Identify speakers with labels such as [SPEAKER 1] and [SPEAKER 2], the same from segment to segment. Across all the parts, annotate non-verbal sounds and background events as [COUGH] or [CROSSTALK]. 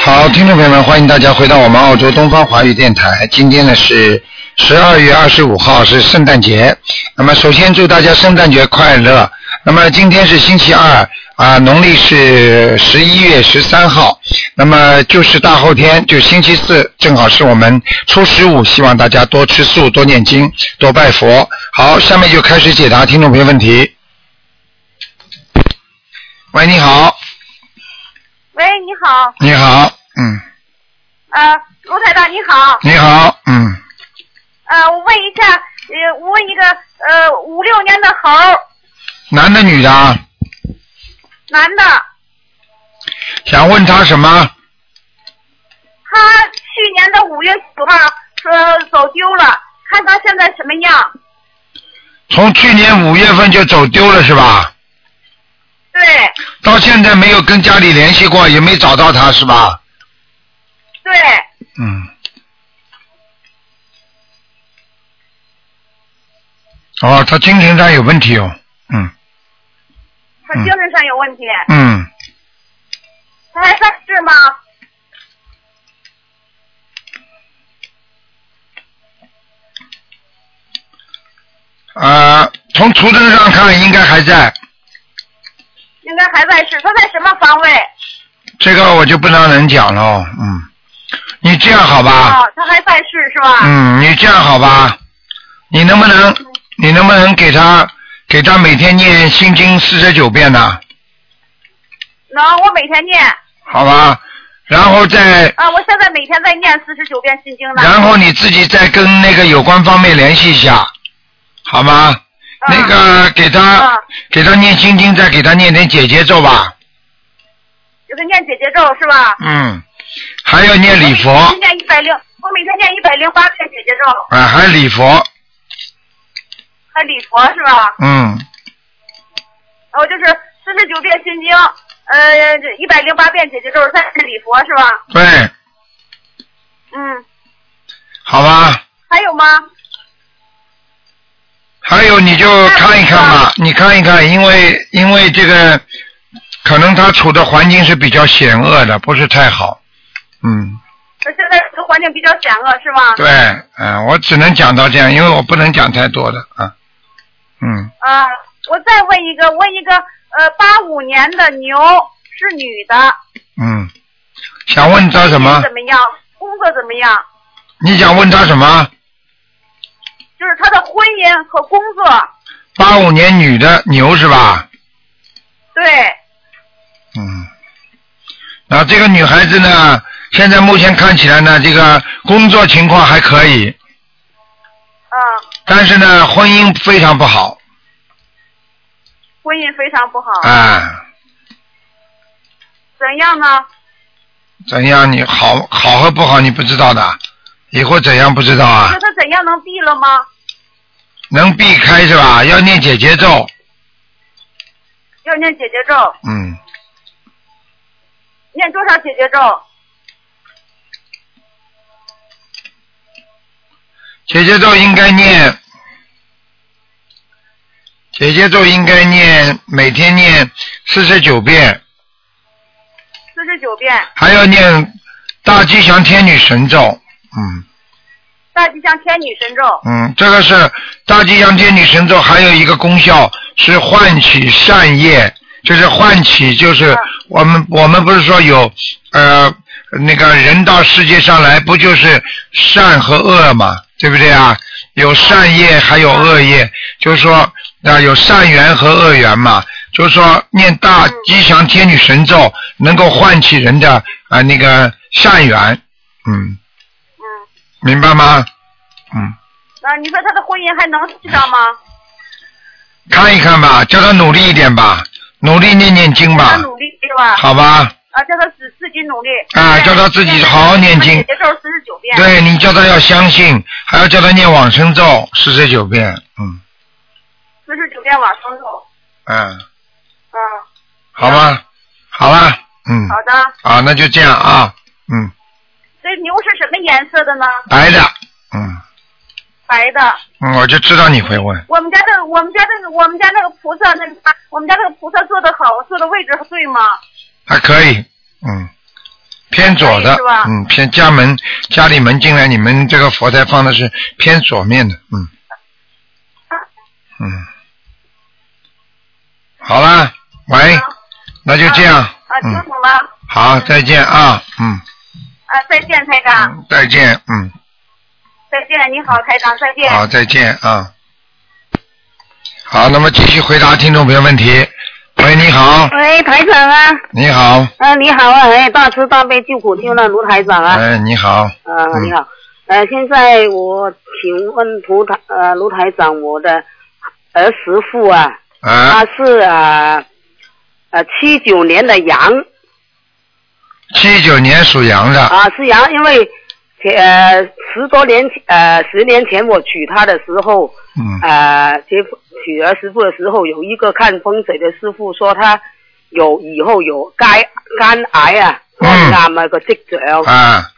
[SPEAKER 1] 好，听众朋友们，欢迎大家回到我们澳洲东方华语电台。今天呢是十二月二十五号，是圣诞节。那么首先祝大家圣诞节快乐。那么今天是星期二啊，农历是十一月十三号。那么就是大后天，就星期四，正好是我们初十五，希望大家多吃素、多念经、多拜佛。好，下面就开始解答听众朋友问题。喂，你好，
[SPEAKER 2] 喂，你好，
[SPEAKER 1] 你好，嗯，
[SPEAKER 2] 呃，卢台长你好，
[SPEAKER 1] 你好，嗯，
[SPEAKER 2] 呃，我问一下，呃，我问一个，呃，五六年的猴儿，
[SPEAKER 1] 男的女的啊？
[SPEAKER 2] 男的，
[SPEAKER 1] 想问他什么？
[SPEAKER 2] 他去年的五月九号说走丢了，看他现在什么样？
[SPEAKER 1] 从去年五月份就走丢了是吧？
[SPEAKER 2] 对，
[SPEAKER 1] 到现在没有跟家里联系过，也没找到他是吧？
[SPEAKER 2] 对，
[SPEAKER 1] 嗯。哦，他精神上有问题哦。嗯
[SPEAKER 2] 他精神上有问题，
[SPEAKER 1] 嗯，
[SPEAKER 2] 他还在世吗？
[SPEAKER 1] 啊、从图腾上看应该还在，
[SPEAKER 2] 应该还在世，他在什么方位？
[SPEAKER 1] 这个我就不让人讲了。嗯，你这样好吧？
[SPEAKER 2] 哦，他还在世是吧？
[SPEAKER 1] 嗯，你这样好吧？你能不能，你能不能给他给他每天念心经四十九遍呢、
[SPEAKER 2] 能，我每天念，
[SPEAKER 1] 好吧？然后再，
[SPEAKER 2] 啊，我现在每天在念四十九遍心经呢。
[SPEAKER 1] 然后你自己再跟那个有关方面联系一下，好吗？
[SPEAKER 2] 嗯
[SPEAKER 1] 那个给他、
[SPEAKER 2] 嗯
[SPEAKER 1] 给他念心经，再给他念点解结咒吧。
[SPEAKER 2] 给他念姐姐咒是吧？
[SPEAKER 1] 嗯，还要念礼佛
[SPEAKER 2] 我
[SPEAKER 1] 啊
[SPEAKER 2] 每天念一百零，我每天念一百零八遍姐姐咒，，
[SPEAKER 1] 还礼佛，
[SPEAKER 2] 还礼佛是吧？
[SPEAKER 1] 嗯，
[SPEAKER 2] 然后就是四十九遍心经，呃，一百零八遍姐姐咒，三十礼佛是吧？
[SPEAKER 1] 对，
[SPEAKER 2] 嗯，
[SPEAKER 1] 好吧。
[SPEAKER 2] 还有吗？
[SPEAKER 1] 还有你就看一看吧，
[SPEAKER 2] 嗯
[SPEAKER 1] 你看一看，因为因为这个，可能他处的环境是比较险恶的，不是太好。嗯，
[SPEAKER 2] 那现在这个环境比较险恶是吧？
[SPEAKER 1] 对，嗯、我只能讲到这样，因为我不能讲太多的啊。嗯，
[SPEAKER 2] 啊，我再问一个，问一个，呃，八五年的牛是女的，
[SPEAKER 1] 嗯，想问他什么
[SPEAKER 2] 怎？么样？工作怎么样？
[SPEAKER 1] 你想问他什么？
[SPEAKER 2] 就是她的婚姻和工作，
[SPEAKER 1] 八五年女的牛是吧？
[SPEAKER 2] 对，
[SPEAKER 1] 嗯，那这个女孩子呢，现在目前看起来呢，这个工作情况还可以，
[SPEAKER 2] 嗯、
[SPEAKER 1] 但是呢，婚姻非常不好
[SPEAKER 2] 婚姻非常不好，
[SPEAKER 1] 啊。
[SPEAKER 2] 怎样呢？
[SPEAKER 1] 怎样？你好好和不好你不知道的，以后怎样不知道啊
[SPEAKER 2] 那？她怎样能避了吗？
[SPEAKER 1] 能避开是吧？要念姐姐咒，
[SPEAKER 2] 要念姐姐咒，
[SPEAKER 1] 嗯，
[SPEAKER 2] 念多少姐姐咒？
[SPEAKER 1] 姐姐咒应该念，姐姐咒应该念，每天念四十九遍，
[SPEAKER 2] 四十九遍，
[SPEAKER 1] 还要念大吉祥天女神咒，嗯
[SPEAKER 2] 大吉祥天女神咒。
[SPEAKER 1] 嗯，这个是大吉祥天女神咒，还有一个功效是唤起善业，就是唤起，就是
[SPEAKER 2] 嗯
[SPEAKER 1] 我们我们不是说有呃那个人到世界上来，不就是善和恶嘛，对不对啊？有善业，还有恶业，就是说啊、有善缘和恶缘嘛。就是说，念大吉祥天女神咒能够唤起人的啊、那个善缘，嗯，
[SPEAKER 2] 嗯，
[SPEAKER 1] 明白吗？嗯。
[SPEAKER 2] 那啊你说她的婚姻还能续上吗？
[SPEAKER 1] 看一看吧，叫他努力一点吧，努力念念经
[SPEAKER 2] 她
[SPEAKER 1] 吧，
[SPEAKER 2] 努力是吧？
[SPEAKER 1] 好吧？
[SPEAKER 2] 啊，叫她自自己努力。
[SPEAKER 1] 啊叫她自己好好念经
[SPEAKER 2] 姐姐咒四十九遍。
[SPEAKER 1] 对你叫他要相信，还要叫他念往生咒四十九遍，嗯
[SPEAKER 2] 四十九遍往生咒。
[SPEAKER 1] 嗯，
[SPEAKER 2] 嗯，
[SPEAKER 1] 好吗？好啦，嗯，
[SPEAKER 2] 好的。
[SPEAKER 1] 啊，那就这样啊，嗯，
[SPEAKER 2] 这牛是什么颜色的呢？
[SPEAKER 1] 白的，嗯
[SPEAKER 2] 白的。
[SPEAKER 1] 嗯，我就知道你会问，
[SPEAKER 2] 我们家这，我们家这，我们家那个菩萨，那个啊我们家那个菩萨坐的好，坐的位置对吗？
[SPEAKER 1] 还可以，嗯，偏左的
[SPEAKER 2] 哎是吧，
[SPEAKER 1] 嗯，偏家门家里门进来，你们这个佛台放的是偏左面的，嗯，嗯，好啦，喂，那就这样，
[SPEAKER 2] 啊，听
[SPEAKER 1] 嗯，
[SPEAKER 2] 懂了，
[SPEAKER 1] 好，再见啊，嗯，
[SPEAKER 2] 啊，再见，台长，
[SPEAKER 1] 再见，嗯，
[SPEAKER 2] 再见，你好，台长，再见。
[SPEAKER 1] 好，再见啊。好，那么继续回答听众朋友问题。喂，你好，
[SPEAKER 3] 喂，台长啊，
[SPEAKER 1] 你好，
[SPEAKER 3] 啊，你好啊，哎，大慈大悲救苦救难卢台长啊，
[SPEAKER 1] 哎，你好，
[SPEAKER 3] 啊，
[SPEAKER 1] 嗯
[SPEAKER 3] 你好，呃，现在我请问卢台呃卢台长，我的儿媳妇啊，
[SPEAKER 1] 啊，
[SPEAKER 3] 她是啊呃七九年的羊
[SPEAKER 1] 七九年属羊的，
[SPEAKER 3] 啊，是羊，因为前呃十多年前呃十年前我娶她的时候，
[SPEAKER 1] 嗯，
[SPEAKER 3] 呃结婚娶儿媳妇的时候，有一个看风水的师傅说她有以后有肝肝癌啊，
[SPEAKER 1] 嗯
[SPEAKER 3] 肝癌个迹象。
[SPEAKER 1] 啊，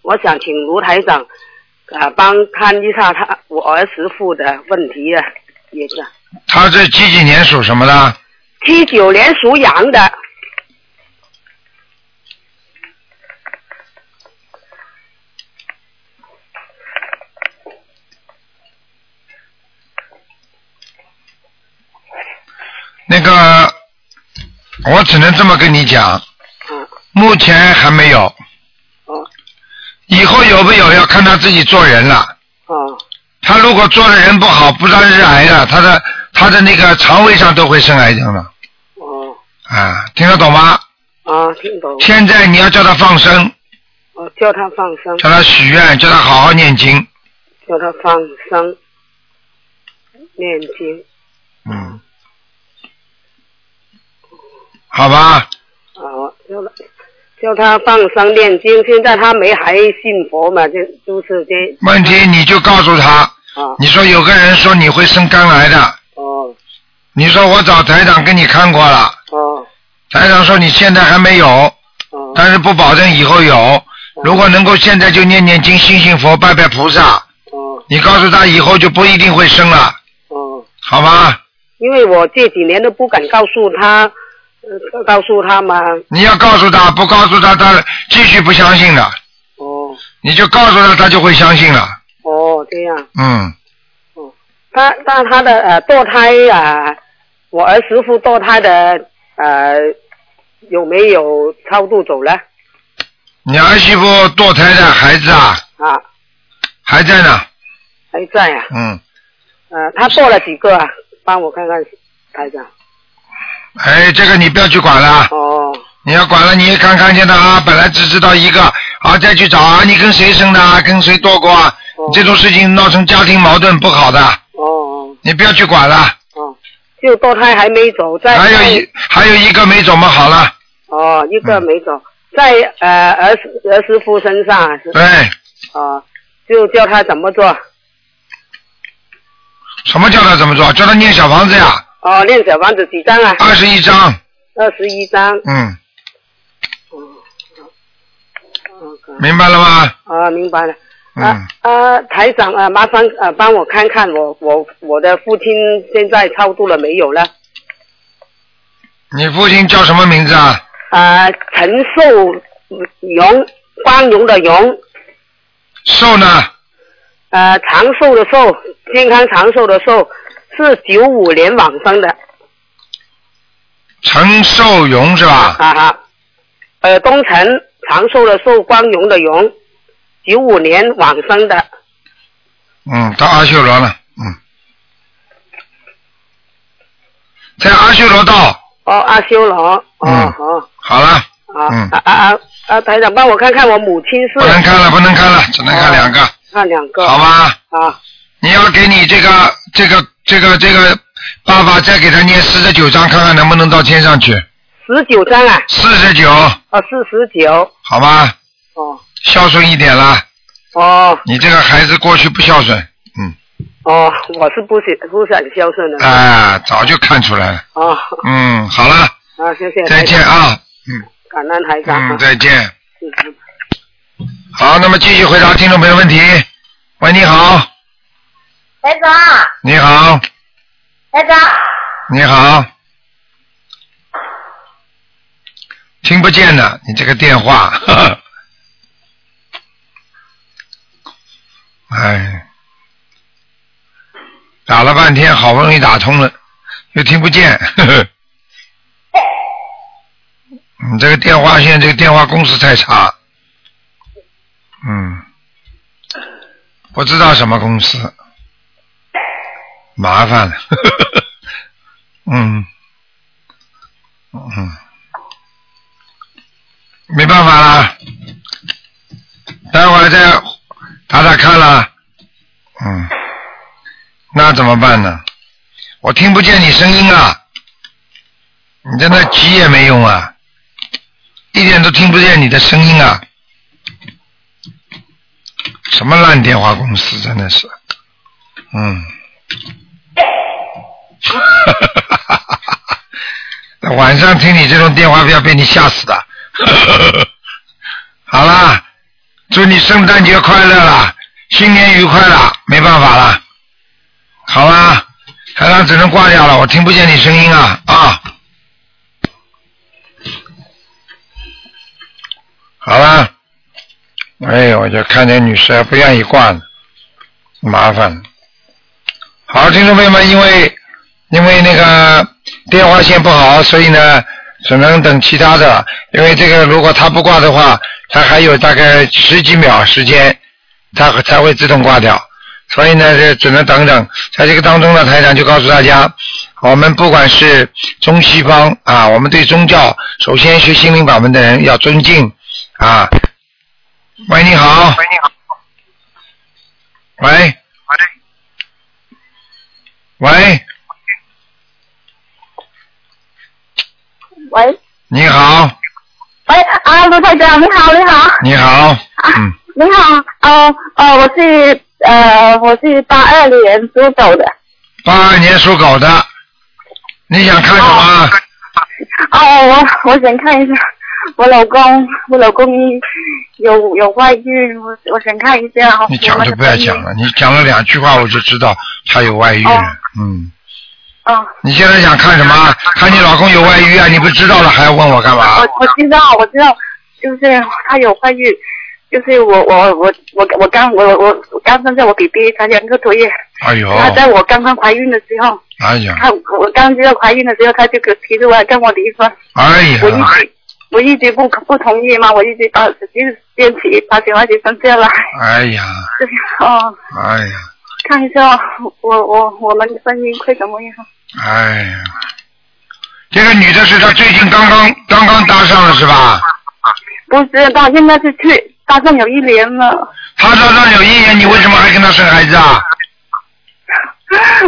[SPEAKER 3] 我想请卢台长啊、呃帮看一下他我儿媳妇的问题啊，也是
[SPEAKER 1] 他这几几年属什么的？
[SPEAKER 3] 七九年属羊的，
[SPEAKER 1] 那个，我只能这么跟你讲，
[SPEAKER 3] 嗯，
[SPEAKER 1] 目前还没有，
[SPEAKER 3] 哦
[SPEAKER 1] 以后有没有要看他自己做人了。
[SPEAKER 3] 哦
[SPEAKER 1] 他如果做的人不好，不但是癌了，他的他的那个肠胃上都会生癌症了。
[SPEAKER 3] 哦
[SPEAKER 1] 啊，听得懂吗？
[SPEAKER 3] 啊，听懂，
[SPEAKER 1] 现在你要叫他放生，
[SPEAKER 3] 我叫他放生，
[SPEAKER 1] 叫他许愿，叫他好好念经。
[SPEAKER 3] 叫他放生，念经
[SPEAKER 1] 嗯，好吧，
[SPEAKER 3] 啊，我叫他叫他放生念经。现在他没还信佛嘛，就就是这
[SPEAKER 1] 问题你就告诉他，
[SPEAKER 3] 啊
[SPEAKER 1] 你说有个人说你会生肝癌的，
[SPEAKER 3] 哦
[SPEAKER 1] 你说我找台长跟你看过了，
[SPEAKER 3] 哦
[SPEAKER 1] 台长说你现在还没有，
[SPEAKER 3] 哦
[SPEAKER 1] 但是不保证以后有。如果能够现在就念念经、信信佛、拜拜菩萨，
[SPEAKER 3] 哦
[SPEAKER 1] 你告诉他以后就不一定会生了，
[SPEAKER 3] 哦。
[SPEAKER 1] 好吗？
[SPEAKER 3] 因为我这几年都不敢告诉他，呃、告诉他嘛。
[SPEAKER 1] 你要告诉他，不告诉他，他继续不相信了，
[SPEAKER 3] 哦
[SPEAKER 1] 你就告诉他，他就会相信了。
[SPEAKER 3] 哦，这样。
[SPEAKER 1] 嗯，
[SPEAKER 3] 他他他的呃堕胎啊、我儿媳妇堕胎的呃有没有超度走了
[SPEAKER 1] 你儿媳妇堕胎的孩子啊，
[SPEAKER 3] 啊？
[SPEAKER 1] 还在呢。
[SPEAKER 3] 还在啊？
[SPEAKER 1] 嗯，
[SPEAKER 3] 呃，他堕了几个啊？帮我看看，台长。
[SPEAKER 1] 哎，这个你不要去管了，
[SPEAKER 3] 哦
[SPEAKER 1] 你要管了，你一看看见的啊，
[SPEAKER 3] 嗯
[SPEAKER 1] 本来只知道一个，啊，再去找啊，你跟谁生的啊，跟谁堕过啊，
[SPEAKER 3] 哦
[SPEAKER 1] 这种事情闹成家庭矛盾不好的，
[SPEAKER 3] 哦哦
[SPEAKER 1] 你不要去管了。
[SPEAKER 3] 哦，就堕胎还没走，在
[SPEAKER 1] 还有一还有一个没怎么好了，
[SPEAKER 3] 哦一个没
[SPEAKER 1] 嗯
[SPEAKER 3] 走，在呃儿媳儿媳妇身上啊是
[SPEAKER 1] 对，
[SPEAKER 3] 哦，就叫他怎么做？
[SPEAKER 1] 什么叫他怎么做？叫他念小房子呀，
[SPEAKER 3] 哦，练小房子几张啊？
[SPEAKER 1] 二十一章，
[SPEAKER 3] 二十一张。
[SPEAKER 1] 嗯，
[SPEAKER 3] 哦
[SPEAKER 1] 明白了吗？
[SPEAKER 3] 啊，明白了。
[SPEAKER 1] 嗯
[SPEAKER 3] 啊，啊，台长啊，麻烦啊，帮我看看我我我的父亲现在超度了没有了？
[SPEAKER 1] 你父亲叫什么名字啊？
[SPEAKER 3] 啊，陈寿荣，光荣的荣，
[SPEAKER 1] 寿呢？
[SPEAKER 3] 呃，长寿的寿，健康长寿的寿，是九五年往生的，
[SPEAKER 1] 陈寿荣是吧？
[SPEAKER 3] 哈啊哈。呃，东城长寿的寿，光荣的荣，九五年往生的，
[SPEAKER 1] 嗯，到阿修罗了，嗯，在阿修罗道，
[SPEAKER 3] 哦，阿修罗，哦、
[SPEAKER 1] 嗯
[SPEAKER 3] 哦，
[SPEAKER 1] 好了，
[SPEAKER 3] 啊、
[SPEAKER 1] 嗯
[SPEAKER 3] 啊啊啊啊！台长，帮我看看我母亲是
[SPEAKER 1] 不能看了，不能看了，只能看两个，
[SPEAKER 3] 看两个，
[SPEAKER 1] 好吧？
[SPEAKER 3] 啊，
[SPEAKER 1] 你要给你这个这个这个这个爸爸再给他念四十九章，看看能不能到天上去，
[SPEAKER 3] 十九张啊，
[SPEAKER 1] 四十九，
[SPEAKER 3] 哦，四十九，
[SPEAKER 1] 好吧？
[SPEAKER 3] 哦，
[SPEAKER 1] 孝顺一点啦，
[SPEAKER 3] 哦，
[SPEAKER 1] 你这个孩子过去不孝顺，嗯，
[SPEAKER 3] 哦，我是不想不想孝顺的，
[SPEAKER 1] 啊，早就看出来了，
[SPEAKER 3] 哦，
[SPEAKER 1] 嗯，好了，
[SPEAKER 3] 啊，谢谢，
[SPEAKER 1] 再见，啊，
[SPEAKER 3] 感恩台长，
[SPEAKER 1] 嗯，
[SPEAKER 3] 啊
[SPEAKER 1] 再见。
[SPEAKER 3] 嗯
[SPEAKER 1] 好，那么继续回答听众朋友问题。喂，你好，
[SPEAKER 2] 台长，
[SPEAKER 1] 你好，
[SPEAKER 2] 台长，
[SPEAKER 1] 你好，听不见呢，你这个电话，呵呵 [LAUGHS] 哎，打了半天，好不容易打通了，又听不见。 [LAUGHS] 呵呵你这个电话现在这个电话公司太差，嗯，不知道什么公司，麻烦了， [LAUGHS] 呵呵嗯，嗯，没办法啦，待会儿再打打看啦，嗯，那怎么办呢？我听不见你声音啊，你在那急也没用啊。一点都听不见你的声音啊！什么烂电话公司，真的是，嗯， [LAUGHS] 晚上听你这种电话，不要被你吓死的。 [LAUGHS] 好啦，祝你圣诞节快乐啦，新年愉快啦，没办法啦，好啦，台长只能挂掉了，我听不见你声音啊啊！好啦，哎呦，我就看见女士还不愿意挂呢，麻烦。好，听众朋友们，因为因为那个电话线不好，所以呢，只能等其他的。因为这个，如果他不挂的话，他还有大概十几秒时间，他才会自动挂掉。所以呢，这只能等等。在这个当中呢，台长就告诉大家，我们不管是中西方啊，我们对宗教，首先学心灵法门的人要尊敬。啊，喂，你好。
[SPEAKER 4] 喂，你好。
[SPEAKER 1] 喂。喂。
[SPEAKER 5] 喂。
[SPEAKER 1] 你好。
[SPEAKER 5] 喂啊，卢台长，你好，你好。
[SPEAKER 1] 你好。嗯。
[SPEAKER 5] 你好，哦哦，我是呃，我是八二年属狗的。
[SPEAKER 1] 八二年属狗的，你想看什么？
[SPEAKER 5] 哦，我我想看一下。我老公，我老公有有外遇，我我想看一下。
[SPEAKER 1] 你讲就不要讲了，你讲了两句话我就知道他有外遇了，
[SPEAKER 5] 哦
[SPEAKER 1] 嗯。
[SPEAKER 5] 哦。
[SPEAKER 1] 你现在想看什么？啊看你老公有外遇啊？你不知道了还要问我干嘛？啊
[SPEAKER 5] 我我知道，我知道，就是他有外遇，就是我我我我我刚我我我刚生下我 BB 才两个多月，
[SPEAKER 1] 哎呦，
[SPEAKER 5] 他在我刚刚怀孕的时候，
[SPEAKER 1] 哎呀，
[SPEAKER 5] 他我刚知道怀孕的时候，他就给提出啊来跟我离婚，
[SPEAKER 1] 哎呀
[SPEAKER 5] 我，一直我一直不不同意嘛，我一直把就是坚持把小孩子生下来，
[SPEAKER 1] 哎呀，
[SPEAKER 5] 就是哦。
[SPEAKER 1] 哎呀，
[SPEAKER 5] 看一下我我我们的婚姻会怎么样？
[SPEAKER 1] 哎呀，这个女的是他最近刚刚刚刚搭上了是吧？
[SPEAKER 5] 不知道，现在是去搭上有一年了，
[SPEAKER 1] 他搭上有一年，你为什么还跟他生孩子啊？
[SPEAKER 5] [LAUGHS]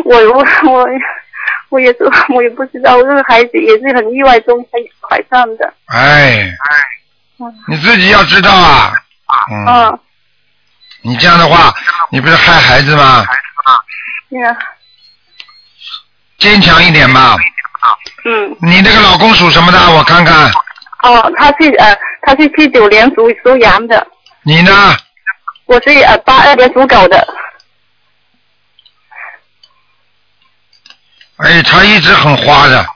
[SPEAKER 5] 我我我我也是我也不知道，我这个孩子也是很意外中才怀上的，
[SPEAKER 1] 哎，你自己要知道啊，嗯，
[SPEAKER 5] 嗯，
[SPEAKER 1] 你这样的话，你不是害孩子吗？
[SPEAKER 5] 对呀，
[SPEAKER 1] 坚强一点吧。
[SPEAKER 5] 嗯，
[SPEAKER 1] 你那个老公属什么的？我看看。
[SPEAKER 5] 哦，他是呃他是七九年属属羊的，
[SPEAKER 1] 你呢？
[SPEAKER 5] 我是呃八二年属狗的，
[SPEAKER 1] 哎，他一直很花的。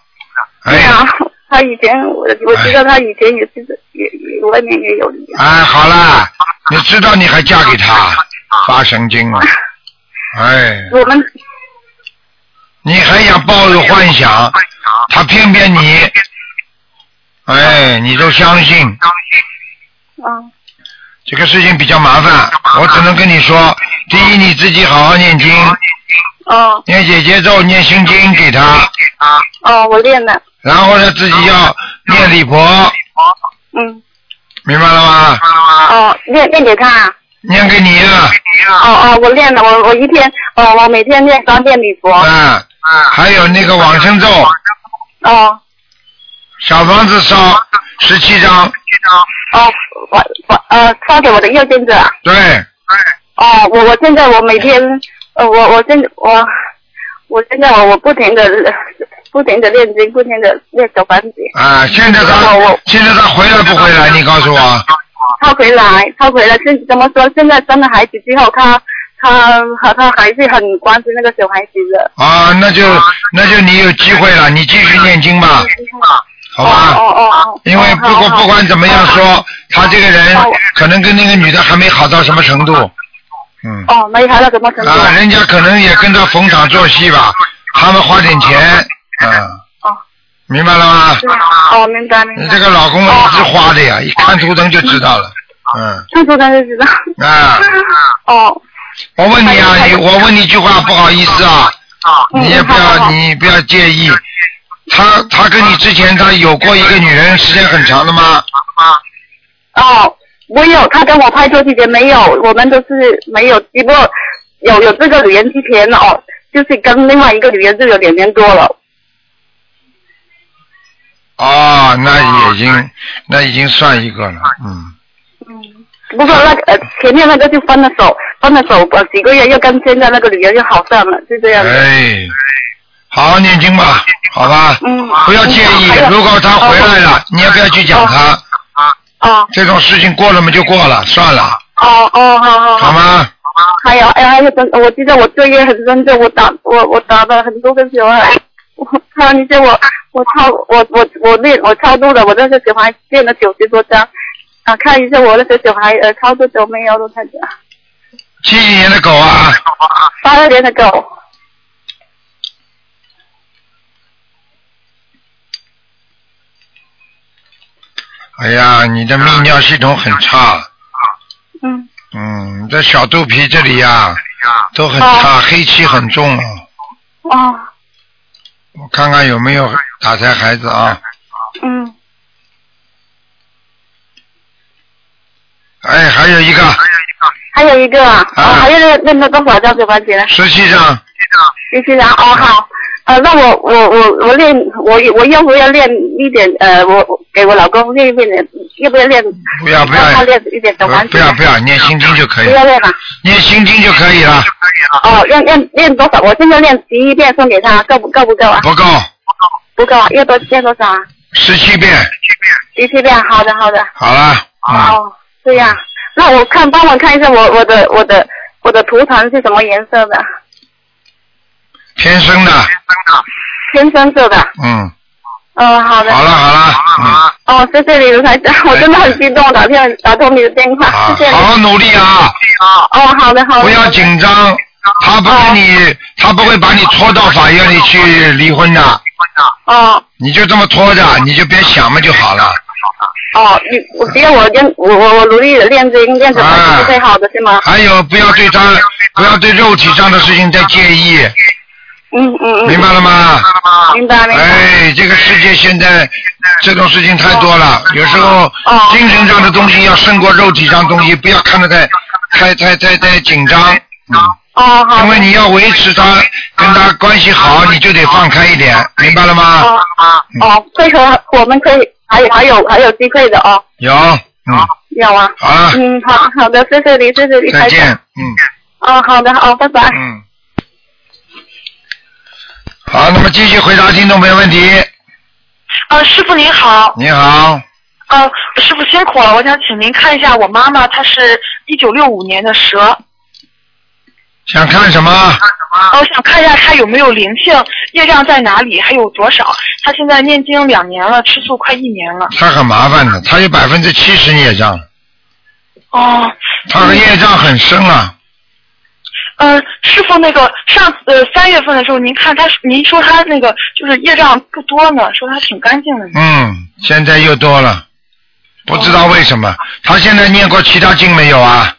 [SPEAKER 5] 对
[SPEAKER 1] 哎，
[SPEAKER 5] 啊，他以前我我知道他以前也是也也外面也有，
[SPEAKER 1] 哎，好啦，你知道你还嫁给他，发神经了。哎，
[SPEAKER 5] 我们
[SPEAKER 1] 你还想抱有幻想，他骗骗你。哎，你都相信。
[SPEAKER 5] 嗯
[SPEAKER 1] 这个事情比较麻烦，我只能跟你说，第一你自己好好念经，
[SPEAKER 5] 哦
[SPEAKER 1] 念姐姐咒，念心经给他，
[SPEAKER 5] 哦我练了，
[SPEAKER 1] 然后呢自己要念礼佛，
[SPEAKER 5] 嗯
[SPEAKER 1] 明白了吗？
[SPEAKER 5] 哦练练给他啊。
[SPEAKER 1] 念给你啊，
[SPEAKER 5] 哦哦，我练了，我我一天，哦，我每天练三遍礼佛。
[SPEAKER 1] 啊，还有那个往生咒，
[SPEAKER 5] 哦
[SPEAKER 1] 小房子烧十七张，
[SPEAKER 5] 哦，我我呃，发给我的右肩者。
[SPEAKER 1] 对，
[SPEAKER 5] 哦，我我现在我每天，呃，我我现我我现在我我不停的不停的练经，不停的练小房子。
[SPEAKER 1] 啊，现在他现在他回来不回来？你告诉我，
[SPEAKER 5] 他回来，他回来，现怎么说？现在生了孩子之后，他他和他还是很关心那个小孩子的。
[SPEAKER 1] 啊，那就那就你有机会了，你继续念经吧，好
[SPEAKER 5] 哦
[SPEAKER 1] 吧？
[SPEAKER 5] 哦哦哦。
[SPEAKER 1] 因为不管不管怎么样说，他这个人可能跟那个女的还没好到什么程度，嗯。
[SPEAKER 5] 哦，没还要怎么成功？
[SPEAKER 1] 啊，人家可能也跟着逢场作戏吧，他们花点钱，嗯，
[SPEAKER 5] 哦，
[SPEAKER 1] 明白了吗？
[SPEAKER 5] 对哦，明白明白。
[SPEAKER 1] 你这个老公一直花的呀，一看图腾就知道了，嗯，
[SPEAKER 5] 这说咱就知道。
[SPEAKER 1] 啊，
[SPEAKER 5] [LAUGHS] 哦，
[SPEAKER 1] 我问你啊，你我问你一句话，不好意思啊，
[SPEAKER 5] 嗯
[SPEAKER 1] 你也不
[SPEAKER 5] 好好
[SPEAKER 1] 要
[SPEAKER 5] 好
[SPEAKER 1] 你不要介意，他他跟你之前他有过一个女人时间很长的吗？
[SPEAKER 5] 哦，我有，他跟我拍拖期间没有，我们都是没有，只不过有有这个女人之前哦，就是跟另外一个女人就有两年多了。
[SPEAKER 1] 哦，那已经那已经算一个了，嗯，
[SPEAKER 5] 不过那个呃前面那个就分了手，分了手呃几个月又跟现在那个女人又好上了，就这样子。
[SPEAKER 1] 哎，好好念经吧，好吧，
[SPEAKER 5] 嗯，
[SPEAKER 1] 不要介意
[SPEAKER 5] 嗯还有。嗯
[SPEAKER 1] 如果他回来了，你也不要去讲他，
[SPEAKER 5] 哦
[SPEAKER 1] 这种事情过了嘛就过了，算了，
[SPEAKER 5] 哦哦，好好
[SPEAKER 1] 好
[SPEAKER 5] 好。
[SPEAKER 1] 吗？
[SPEAKER 5] 还有哎，还有真，我记得我作业很认真，我打我我打了很多个小孩，我看你些我我抄我我我练我超度了，我那个小孩练了九十多张。啊，看一下我那个小孩，呃，超度走没有了？他讲，
[SPEAKER 1] 七几年的狗啊，
[SPEAKER 5] 八二年的狗，
[SPEAKER 1] 哎呀，你的泌尿系统很差，
[SPEAKER 5] 嗯，
[SPEAKER 1] 嗯，这小肚皮这里呀、都很差，黑气很重啊。
[SPEAKER 5] 哦，
[SPEAKER 1] 我看看有没有打胎孩子啊？
[SPEAKER 5] 嗯，
[SPEAKER 1] 哎，还有一
[SPEAKER 5] 嗯
[SPEAKER 1] 个
[SPEAKER 5] 还有一个啊，哦，
[SPEAKER 1] 啊
[SPEAKER 5] 还有那个那个多少张小房子呢？
[SPEAKER 1] 十七张，
[SPEAKER 5] 谢谢啊，哦好，呃，那我我我我练我我要不要练一点？呃，我我给我老公练一点，要不要练？
[SPEAKER 1] 不啊要不要
[SPEAKER 5] 让哦他练一点小丸
[SPEAKER 1] 不
[SPEAKER 5] 子。
[SPEAKER 1] 不要不要，念心经就可以
[SPEAKER 5] 哦不要
[SPEAKER 1] 了，
[SPEAKER 5] 练了。
[SPEAKER 1] 念心经就可以了，
[SPEAKER 5] 哦，练练练多少？我现在练十一遍送给他，够不够不够啊？
[SPEAKER 1] 不够，
[SPEAKER 5] 不够，啊，要多练多少啊？
[SPEAKER 1] 十七遍，
[SPEAKER 5] 十七遍，好的好的。
[SPEAKER 1] 好了，嗯，
[SPEAKER 5] 哦，这样，那我看帮我看一下我我的我的我的图腾是什么颜色的？
[SPEAKER 1] 天生的，
[SPEAKER 5] 天生色的。
[SPEAKER 1] 嗯，
[SPEAKER 5] 嗯，好的。
[SPEAKER 1] 好了好了，嗯，
[SPEAKER 5] 哦，谢谢你，卢台长，我真的很激动，打电打通你的电话，
[SPEAKER 1] 啊，
[SPEAKER 5] 谢谢你
[SPEAKER 1] 好。好努力啊，
[SPEAKER 5] 哦，好的，好的。
[SPEAKER 1] 不要紧张，他不跟你，他不会把你拖到法院里去离婚的，
[SPEAKER 5] 哦
[SPEAKER 1] 你就这么拖着，你就别想嘛就好了，
[SPEAKER 5] 哦，你我只要我练，我我我努力的练这练
[SPEAKER 1] 啊
[SPEAKER 5] 什么是最好的，是吗？
[SPEAKER 1] 还有不要对他，不要对肉体上的事情再介意，
[SPEAKER 5] 嗯嗯嗯。
[SPEAKER 1] 明白了吗？
[SPEAKER 5] 明白明白。
[SPEAKER 1] 哎，这个世界现在这种事情太多了，有时候
[SPEAKER 5] 哦
[SPEAKER 1] 精神上的东西要胜过肉体上的东西，不要看得太太太太太紧张，嗯，
[SPEAKER 5] 哦，好的。
[SPEAKER 1] 因为你要维持他跟他关系好，你就得放开一点，明白了吗？
[SPEAKER 5] 哦
[SPEAKER 1] 嗯
[SPEAKER 5] 哦，这个我们可以，还有还有还有机会的哦，
[SPEAKER 1] 有，嗯，
[SPEAKER 5] 有啊。
[SPEAKER 1] 好了，
[SPEAKER 5] 嗯，好好的，谢谢你，谢谢你，
[SPEAKER 1] 再
[SPEAKER 5] 台
[SPEAKER 1] 见
[SPEAKER 5] 长。，
[SPEAKER 1] 嗯
[SPEAKER 5] 哦，好的，好，拜拜。
[SPEAKER 1] 嗯。好，那么继续回答听众朋友问题。
[SPEAKER 4] 呃，师傅您好，
[SPEAKER 1] 你好，
[SPEAKER 4] 呃，师傅辛苦了，我想请您看一下我妈妈，她是一九六五年的蛇，
[SPEAKER 1] 想看什么？
[SPEAKER 4] 呃，我想看一下她有没有灵性，业障在哪里，还有多少？她现在念经两年了，吃素快一年了。
[SPEAKER 1] 他很麻
[SPEAKER 4] 啊
[SPEAKER 1] 烦的，他有百分之七十孽障，
[SPEAKER 4] 哦，
[SPEAKER 1] 他的业障很深啊。
[SPEAKER 4] 呃，师傅那个上次呃三月份的时候，您看她，您说她那个就是业障不多呢，说她挺干净的呢。
[SPEAKER 1] 嗯，现在又多了，不知道为什么。他现在念过其他经没有啊？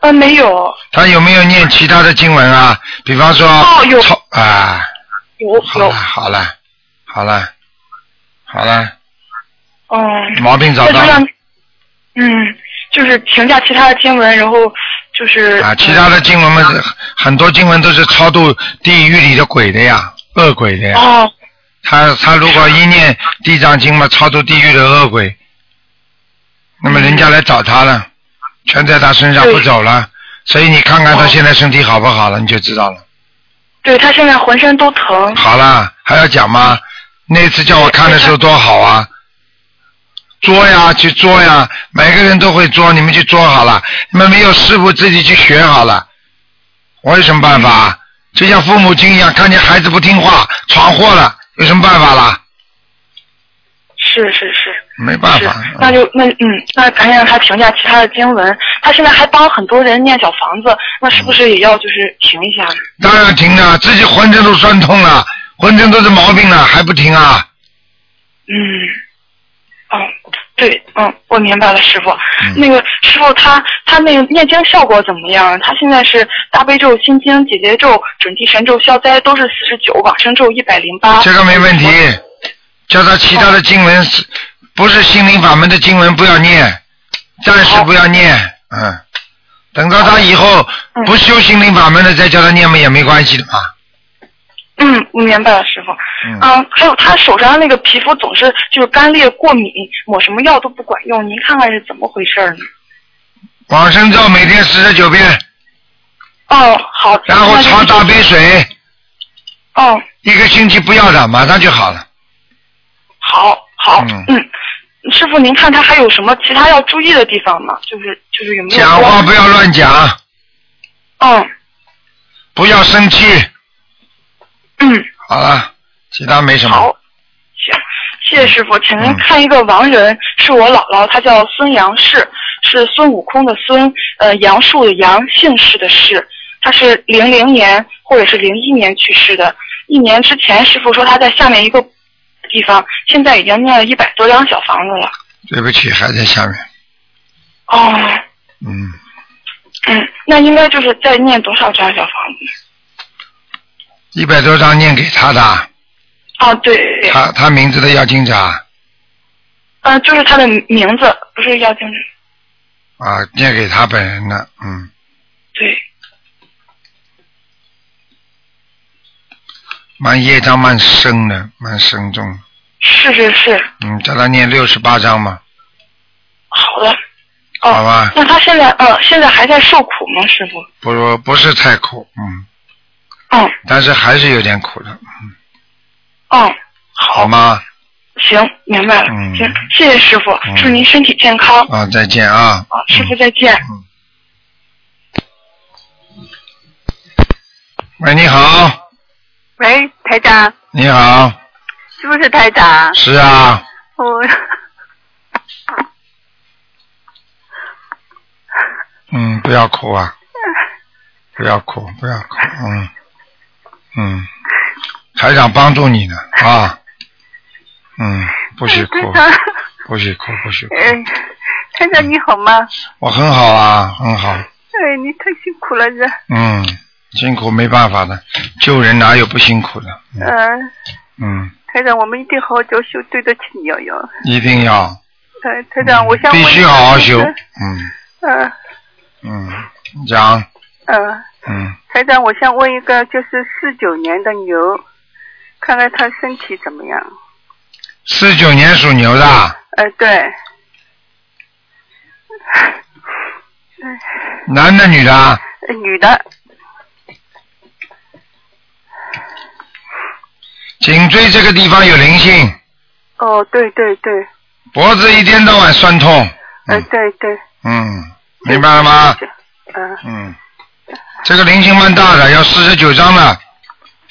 [SPEAKER 4] 呃，没有，
[SPEAKER 1] 他有没有念其他的经文啊？比方说，
[SPEAKER 4] 哦有
[SPEAKER 1] 超啊，
[SPEAKER 4] 有
[SPEAKER 1] 好了，
[SPEAKER 4] 有，
[SPEAKER 1] 好了，好了，好了，
[SPEAKER 4] 嗯。
[SPEAKER 1] 毛病找
[SPEAKER 4] 那就
[SPEAKER 1] 到
[SPEAKER 4] 让
[SPEAKER 1] 了，
[SPEAKER 4] 嗯，就是评价其他的经文，然后就是嗯
[SPEAKER 1] 啊。其他的经文嘛，
[SPEAKER 4] 啊
[SPEAKER 1] 很多经文都是超度地狱里的鬼的呀，恶鬼的
[SPEAKER 4] 嗯
[SPEAKER 1] 呀。
[SPEAKER 4] 哦
[SPEAKER 1] 他他如果一念地藏经嘛，超度地狱的恶鬼，那么人家来找他了，全在他身上不
[SPEAKER 4] 嗯对
[SPEAKER 1] 走了，所以你看看他
[SPEAKER 4] 哦
[SPEAKER 1] 现在身体好不好了，你就知道了。
[SPEAKER 4] 对他现在浑身都疼，
[SPEAKER 1] 好啦，还要讲吗？那次叫我看的时候多好啊！作呀，去作呀，每个人都会作，你们去作好了。你们没有师傅自己去学好了，我有什么办法？就像父母亲一样，看见孩子不听话，闯祸了，有什么办法啦？
[SPEAKER 4] 是是是，
[SPEAKER 1] 没办
[SPEAKER 4] 是
[SPEAKER 1] 法，
[SPEAKER 4] 那就那嗯，那赶紧让他评价其他的经文。他现在还帮很多人念小房子，那是不是也要就是停一下？
[SPEAKER 1] 当然停了，自己浑身都酸痛了，浑身都是毛病了，还不停啊？
[SPEAKER 4] 嗯，哦，对，嗯，我明白了，师傅。
[SPEAKER 1] 嗯
[SPEAKER 4] 那个师傅他他那个念经效果怎么样？他现在是大悲咒、心经、解结咒、准提神咒、消灾都是四十九，往生咒一百零八。
[SPEAKER 1] 这个没问题。叫他其他的经
[SPEAKER 4] 哦
[SPEAKER 1] 文是，不是心灵法门的经文不要念，暂时不要念，
[SPEAKER 4] 哦
[SPEAKER 1] 嗯。等到他以后不修心灵法门的，再叫他念嘛也没关系的嘛。
[SPEAKER 4] 嗯，我明白了，师傅。
[SPEAKER 1] 嗯
[SPEAKER 4] 嗯，还有他手上那个皮肤总是就是干裂、过敏，抹什么药都不管用，您看看是怎么回事儿呢？
[SPEAKER 1] 往生咒每天四十九遍，
[SPEAKER 4] 嗯哦，好。
[SPEAKER 1] 然后
[SPEAKER 4] 那就是
[SPEAKER 1] 焯大杯水，
[SPEAKER 4] 哦，
[SPEAKER 1] 一个星期不要的，马上就好了。
[SPEAKER 4] 好，好，
[SPEAKER 1] 嗯
[SPEAKER 4] 嗯。师傅，您看他还有什么其他要注意的地方吗？就是就是有没有
[SPEAKER 1] 讲话不要乱讲，
[SPEAKER 4] 嗯
[SPEAKER 1] 不要生气，
[SPEAKER 4] 嗯，
[SPEAKER 1] 好了，其他没什么。
[SPEAKER 4] 好，行，谢谢师傅，请您看一个亡人，是我姥姥，她叫孙杨氏，是孙悟空的孙，呃，杨树的杨，姓氏的氏，她是零零年或者是零一年去世的，一年之前师傅说她在下面一个地方，现在已经念了一百多张小房子了。
[SPEAKER 1] 对不起，还在下面。
[SPEAKER 4] 哦，
[SPEAKER 1] 嗯，
[SPEAKER 4] 嗯，那应该就是再念多少张小房子？
[SPEAKER 1] 一百多张念给他的，
[SPEAKER 4] 啊，对对对，
[SPEAKER 1] 他他名字的要经者啊，
[SPEAKER 4] 嗯、就是她的名字，不是要经者，
[SPEAKER 1] 啊念给他本人的，嗯，
[SPEAKER 4] 对，
[SPEAKER 1] 蛮业障蛮深的，蛮深重的。
[SPEAKER 4] 是是是。
[SPEAKER 1] 嗯，叫他念六十八章嘛，
[SPEAKER 4] 好的。哦，
[SPEAKER 1] 好吧
[SPEAKER 4] 那他现在呃，现在还在受苦吗，师傅？
[SPEAKER 1] 不不是太苦，嗯，
[SPEAKER 4] 嗯
[SPEAKER 1] 但是还是有点苦的，
[SPEAKER 4] 嗯，
[SPEAKER 1] 好吗？
[SPEAKER 4] 行，明白了。
[SPEAKER 1] 嗯
[SPEAKER 4] 行，谢谢师傅，
[SPEAKER 1] 嗯
[SPEAKER 4] 祝您身体健康。
[SPEAKER 1] 啊，再见啊。
[SPEAKER 4] 啊，师傅再见。
[SPEAKER 1] 喂，你好，
[SPEAKER 6] 喂，台长，
[SPEAKER 1] 你好，
[SPEAKER 6] 是不是台长？哦
[SPEAKER 1] 是啊，
[SPEAKER 6] 我
[SPEAKER 1] 嗯，不要哭啊，不要哭，不要哭，嗯，嗯，台长帮助你呢啊，嗯，不许哭，
[SPEAKER 6] 哎台长， [LAUGHS]
[SPEAKER 1] 不许哭，不许哭，
[SPEAKER 6] 哎，台长你好吗？
[SPEAKER 1] 我很好啊，很好，
[SPEAKER 6] 哎，你太辛苦了，这，
[SPEAKER 1] 嗯，辛苦没办法的，救人哪有不辛苦的，
[SPEAKER 6] 嗯、
[SPEAKER 1] 嗯嗯，
[SPEAKER 6] 台长，我们一定好好教修，对得起你瑶瑶。
[SPEAKER 1] 一定要，
[SPEAKER 6] 呃，台长，我想问
[SPEAKER 1] 嗯
[SPEAKER 6] 一
[SPEAKER 1] 必
[SPEAKER 6] 下
[SPEAKER 1] 须好好修，
[SPEAKER 6] 就是
[SPEAKER 1] 嗯
[SPEAKER 6] 呃
[SPEAKER 1] 嗯，讲，
[SPEAKER 6] 呃，
[SPEAKER 1] 嗯，
[SPEAKER 6] 台长，我想问一个，就是四九年的牛，看看他身体怎么样？
[SPEAKER 1] 四九年属牛的，
[SPEAKER 6] 呃，对，
[SPEAKER 1] 男的女的啊，
[SPEAKER 6] 呃女的，
[SPEAKER 1] 颈椎这个地方有灵性，
[SPEAKER 6] 哦，对对对，
[SPEAKER 1] 脖子一天到晚酸痛，
[SPEAKER 6] 呃，
[SPEAKER 1] 嗯
[SPEAKER 6] 对对，
[SPEAKER 1] 嗯，明白了吗？
[SPEAKER 6] 呃，
[SPEAKER 1] 嗯，这个灵性蛮大的，要四十九张了，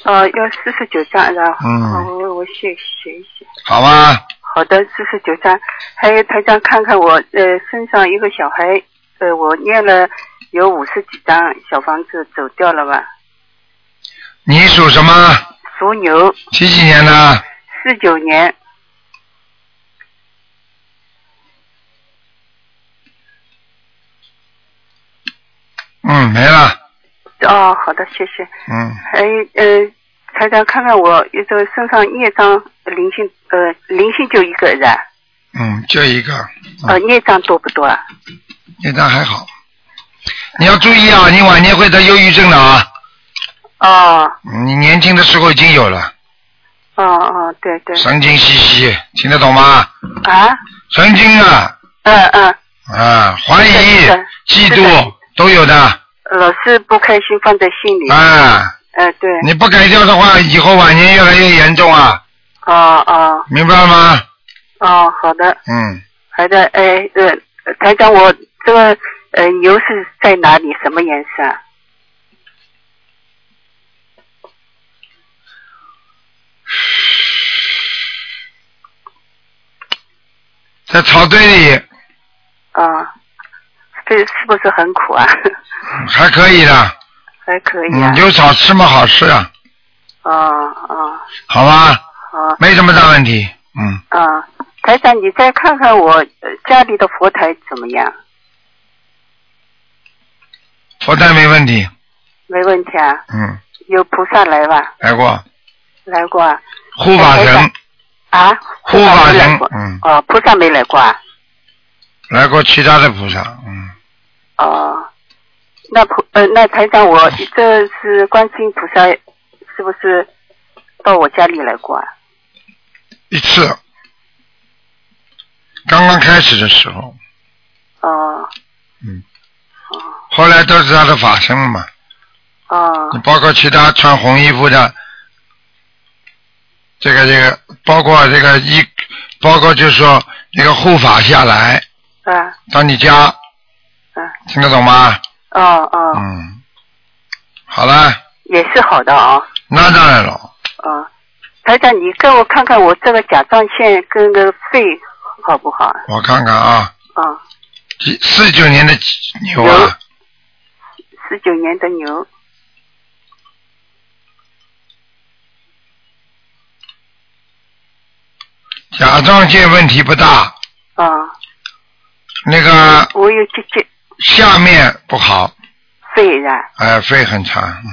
[SPEAKER 6] 哦，要四十九张，然后、哦
[SPEAKER 1] 嗯
[SPEAKER 6] 好我我写写一写。
[SPEAKER 1] 好吧？
[SPEAKER 6] 好的，四十九张。还有台长，看看我呃身上一个小孩，呃，我念了有五十几张小房子走掉了吧？
[SPEAKER 1] 你属什么？
[SPEAKER 6] 属牛，
[SPEAKER 1] 几几年的？
[SPEAKER 6] 四九年，
[SPEAKER 1] 嗯，没了。
[SPEAKER 6] 哦，好的，谢谢。
[SPEAKER 1] 嗯，
[SPEAKER 6] 还有呃，台长，看看我这个身上孽障灵性，呃，灵性就一个人，
[SPEAKER 1] 嗯，就一个，
[SPEAKER 6] 呃，孽障多不多啊？
[SPEAKER 1] 那张还好。你要注意啊，你晚年会得忧郁症的啊。
[SPEAKER 6] 哦，
[SPEAKER 1] 你年轻的时候已经有了，
[SPEAKER 6] 哦哦，对对，
[SPEAKER 1] 神经兮兮，听得懂吗？
[SPEAKER 6] 啊，
[SPEAKER 1] 神经啊
[SPEAKER 6] 嗯嗯，
[SPEAKER 1] 啊，怀疑
[SPEAKER 6] 是的、
[SPEAKER 1] 嫉
[SPEAKER 6] 是
[SPEAKER 1] 妒
[SPEAKER 6] 的
[SPEAKER 1] 都有的
[SPEAKER 6] 老是不开心放在心里，
[SPEAKER 1] 啊。
[SPEAKER 6] 呃，对，
[SPEAKER 1] 你不改掉的话，以后晚年越来越严重啊，
[SPEAKER 6] 哦哦
[SPEAKER 1] 明白了吗？
[SPEAKER 6] 哦，好的。
[SPEAKER 1] 嗯，
[SPEAKER 6] 好的，呃呃，台长，我这个呃牛是在哪里？什么颜色啊？
[SPEAKER 1] 在草堆里，
[SPEAKER 6] 啊，这是不是很苦啊？ [LAUGHS]
[SPEAKER 1] 还可以
[SPEAKER 6] 哎
[SPEAKER 1] 的，
[SPEAKER 6] 还可以啊
[SPEAKER 1] 嗯，。有草吃嘛，好吃啊，
[SPEAKER 6] 啊啊
[SPEAKER 1] 好吧，
[SPEAKER 6] 啊
[SPEAKER 1] 没什么大问题，嗯，
[SPEAKER 6] 啊！台长，你再看看我呃家里的佛台怎么样？
[SPEAKER 1] 佛胎没问题，
[SPEAKER 6] 没问题啊，
[SPEAKER 1] 嗯，
[SPEAKER 6] 有菩萨来吧？
[SPEAKER 1] 来过，
[SPEAKER 6] 来过啊？
[SPEAKER 1] 护法神，
[SPEAKER 6] 啊？
[SPEAKER 1] 护
[SPEAKER 6] 菩萨
[SPEAKER 1] 法
[SPEAKER 6] 没来
[SPEAKER 1] 神
[SPEAKER 6] 过，
[SPEAKER 1] 嗯，
[SPEAKER 6] 哦，菩萨没来过啊？
[SPEAKER 1] 来过其他的菩萨，嗯，
[SPEAKER 6] 哦，那菩呃，那台长，我
[SPEAKER 1] 啊
[SPEAKER 6] 这是观世音菩萨，是不是到我家里来过啊？
[SPEAKER 1] 一次，刚刚开始的时候，
[SPEAKER 6] 哦
[SPEAKER 1] 后来都是他的法身嘛，
[SPEAKER 6] 哦
[SPEAKER 1] 你包括其他穿红衣服的，这个这个，包括这个一，包括就是说那个护法下来
[SPEAKER 6] 啊
[SPEAKER 1] 到你家，
[SPEAKER 6] 嗯
[SPEAKER 1] 听得懂吗？
[SPEAKER 6] 哦哦，
[SPEAKER 1] 嗯，好了，
[SPEAKER 6] 也是好的啊、
[SPEAKER 1] 那当然了，
[SPEAKER 6] 哦。台长，你给我看看我这个甲状腺跟个肺好不好啊？
[SPEAKER 1] 我看看啊，
[SPEAKER 6] 啊，
[SPEAKER 1] 几四九年的牛啊，
[SPEAKER 6] 四九年的牛，
[SPEAKER 1] 甲状腺问题不大，
[SPEAKER 6] 啊，
[SPEAKER 1] 那个
[SPEAKER 6] 我有结节
[SPEAKER 1] 下面不好，
[SPEAKER 6] 肺啊，
[SPEAKER 1] 哎、肺很差，嗯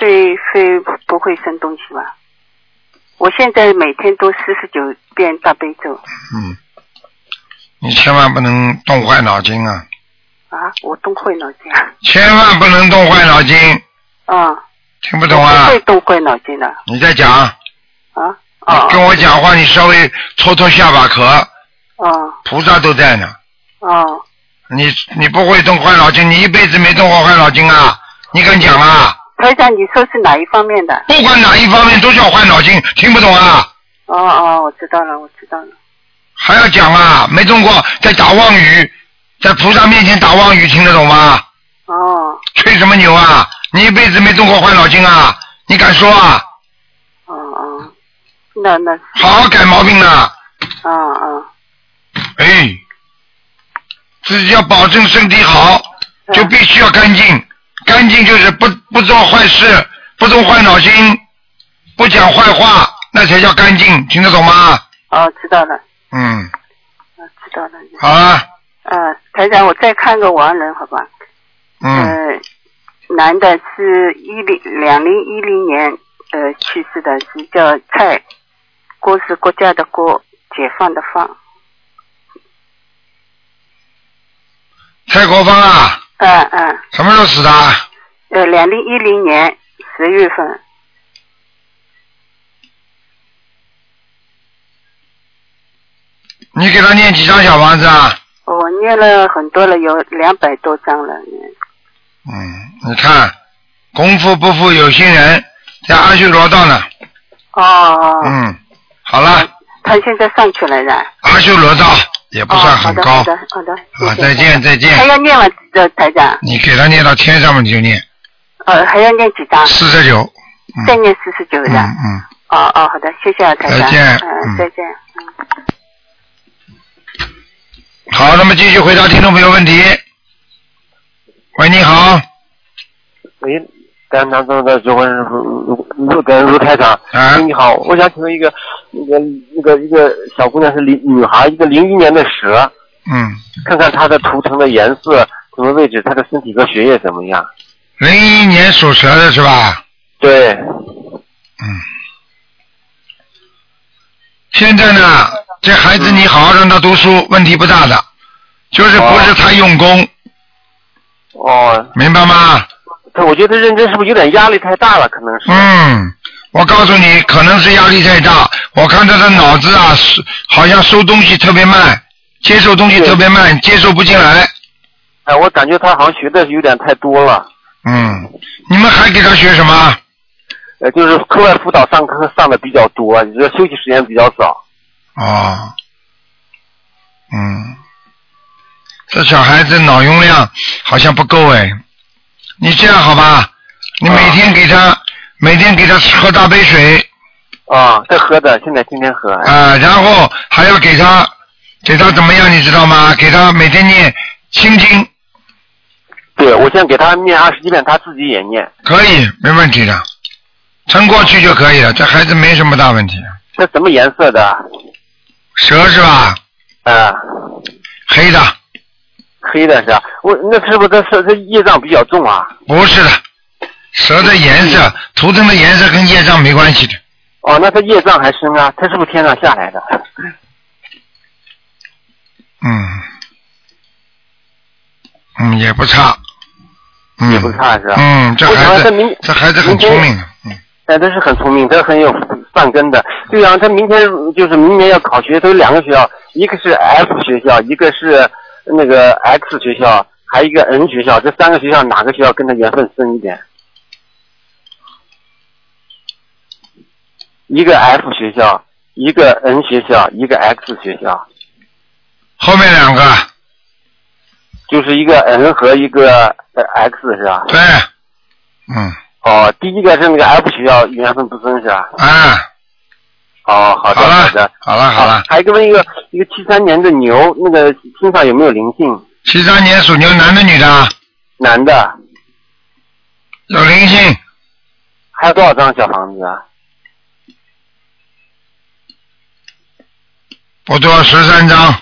[SPEAKER 6] 肺肺不不会生东西吧？我现在每天都四十九遍大悲咒
[SPEAKER 1] 嗯，你千万不能动坏脑筋啊，
[SPEAKER 6] 啊，我动坏脑筋啊。
[SPEAKER 1] 千万不能动坏脑筋，
[SPEAKER 6] 啊
[SPEAKER 1] 听不
[SPEAKER 6] 不
[SPEAKER 1] 懂啊
[SPEAKER 6] 会？动坏脑筋的
[SPEAKER 1] 你再讲，
[SPEAKER 6] 啊！
[SPEAKER 1] 你跟
[SPEAKER 6] 哦
[SPEAKER 1] 我讲话，你稍微搓搓下巴壳，
[SPEAKER 6] 哦
[SPEAKER 1] 菩萨都在呢。
[SPEAKER 6] 哦
[SPEAKER 1] 你你不会动坏脑筋，你一辈子没动过坏脑筋啊？你敢讲啊？
[SPEAKER 6] 台长，你说是哪一方面的？
[SPEAKER 1] 不管哪一方面都叫坏脑筋，听不懂啊？
[SPEAKER 6] 哦哦，我知道了，我知道了。
[SPEAKER 1] 还要讲啊？没动过，在打妄语，在菩萨面前打妄语，听得懂吗？
[SPEAKER 6] 哦
[SPEAKER 1] 吹什么牛啊？你一辈子没动过坏脑筋啊？你敢说啊？
[SPEAKER 6] 哦哦，那那
[SPEAKER 1] 好好改毛病啊！
[SPEAKER 6] 啊啊，
[SPEAKER 1] 哎，自己要保证身体好，
[SPEAKER 6] 嗯
[SPEAKER 1] 就必须要干净。干净就是不不做坏事，不动坏脑筋，不讲坏话，那才叫干净。听得懂吗？
[SPEAKER 6] 哦知道了，
[SPEAKER 1] 嗯，
[SPEAKER 6] 啊知道了。
[SPEAKER 1] 好了，
[SPEAKER 6] 啊，台长，我再看个亡人，好吧？
[SPEAKER 1] 嗯，
[SPEAKER 6] 呃，男的是一零两零一零年呃去世的，是叫蔡，郭是国家的郭，解放的放。
[SPEAKER 1] 蔡国芳啊，
[SPEAKER 6] 嗯、嗯，
[SPEAKER 1] 什么时候死的啊？
[SPEAKER 6] 呃，两零一零年十月份。
[SPEAKER 1] 你给他念几张小房子啊？
[SPEAKER 6] 哦我念了很多了，有两百多张了。
[SPEAKER 1] 嗯，你看，功夫不负有心人，在阿修罗道呢。
[SPEAKER 6] 哦，
[SPEAKER 1] 嗯，好了，
[SPEAKER 6] 他现在上去了的。
[SPEAKER 1] 阿修罗道也不
[SPEAKER 6] 哦，
[SPEAKER 1] 算啊很高
[SPEAKER 6] 好的，。好的，好的。
[SPEAKER 1] 啊，
[SPEAKER 6] 谢谢
[SPEAKER 1] 再见。再见。
[SPEAKER 6] 还要念吗，呃，台长？
[SPEAKER 1] 你给他念到天上面你就念
[SPEAKER 6] 呃，还要念几张？
[SPEAKER 1] 四十九，
[SPEAKER 6] 再
[SPEAKER 1] 嗯
[SPEAKER 6] 念四十九
[SPEAKER 1] 嗯
[SPEAKER 6] 张。
[SPEAKER 1] 嗯，
[SPEAKER 6] 哦哦，好的，谢谢啊，台长。
[SPEAKER 1] 再见嗯
[SPEAKER 6] 嗯，再见。
[SPEAKER 1] 好，那么继续回答听众朋友问题。喂，你好，
[SPEAKER 7] 喂，丹南州的主任卢卢德呃卢台长，
[SPEAKER 1] 啊
[SPEAKER 7] 你好，我想请问一个那个那个一个小姑娘是零女孩，一个零一年的蛇，
[SPEAKER 1] 嗯，
[SPEAKER 7] 看看她的图腾的颜色、什么位置，她的身体和学业怎么样？
[SPEAKER 1] 零一年属蛇的是吧？
[SPEAKER 7] 对，
[SPEAKER 1] 嗯，现在呢，这孩子你好好让他读书，问题不大的，就是不是太用功，
[SPEAKER 7] 哦，
[SPEAKER 1] 明白吗？
[SPEAKER 7] 她我觉得认真是不是有点压力太大了？可能是。
[SPEAKER 1] 嗯，我告诉你，可能是压力太大。我看他的脑子啊，是好像收东西特别慢，接受东西特别慢，接受不进来。
[SPEAKER 7] 哎，我感觉她好像学的有点太多了，
[SPEAKER 1] 嗯，你们还给他学什么？
[SPEAKER 7] 呃，就是课外辅导上课上的比较多，你说休息时间比较少。
[SPEAKER 1] 哦，嗯，这小孩子脑容量好像不够哎。你这样好吧？你每天
[SPEAKER 7] 啊
[SPEAKER 1] 给他、每天给他喝大杯水
[SPEAKER 7] 啊，在喝的，现在天天喝。
[SPEAKER 1] 啊、然后还要给他给他怎么样，你知道吗？给他每天念心经，
[SPEAKER 7] 对，我先给他念二十一遍，他自己也念。
[SPEAKER 1] 可以，没问题的，撑过去就可以了。这孩子没什么大问题。
[SPEAKER 7] 这什么颜色的？啊、
[SPEAKER 1] 蛇是吧？黑的，
[SPEAKER 7] 黑的是吧？我那是不是这是这业障比较重啊？
[SPEAKER 1] 不是的，蛇的颜
[SPEAKER 7] 嗯
[SPEAKER 1] 色，图腾的颜色跟业障没关系的。
[SPEAKER 7] 哦，那他业障还深啊？他是不是天上下来的？
[SPEAKER 1] 嗯，嗯，也不差，嗯，
[SPEAKER 7] 也不差是吧？
[SPEAKER 1] 嗯，这
[SPEAKER 7] 我想
[SPEAKER 1] 孩
[SPEAKER 7] 让他明
[SPEAKER 1] 子，这孩子很聪明的，
[SPEAKER 7] 哎，他是很聪明，他很有善根的。对啊，他明天就是明年要考学，他有两个学校，一个是 F 学校，一个是那个 X 学校，还有一个 N 学校。这三个学校哪个学校跟他缘分深一点？一个 F 学校，一个 N 学校，一个 X 学校，
[SPEAKER 1] 后面两个，
[SPEAKER 7] 就是一个 N 和一个呃 X 是吧？
[SPEAKER 1] 对，嗯，
[SPEAKER 7] 哦，第一个是那个 F 学校缘分不深是吧？
[SPEAKER 1] 啊，
[SPEAKER 7] 哦，好的
[SPEAKER 1] 好了
[SPEAKER 7] 好的。
[SPEAKER 1] 好了好了，
[SPEAKER 7] 还有一个问一个一个七三年的牛，那个身上有没有灵性？
[SPEAKER 1] 七三年属牛，男的女的啊？
[SPEAKER 7] 男的，
[SPEAKER 1] 有灵性，
[SPEAKER 7] 还有多少张小房子啊？
[SPEAKER 1] 不多，十三张，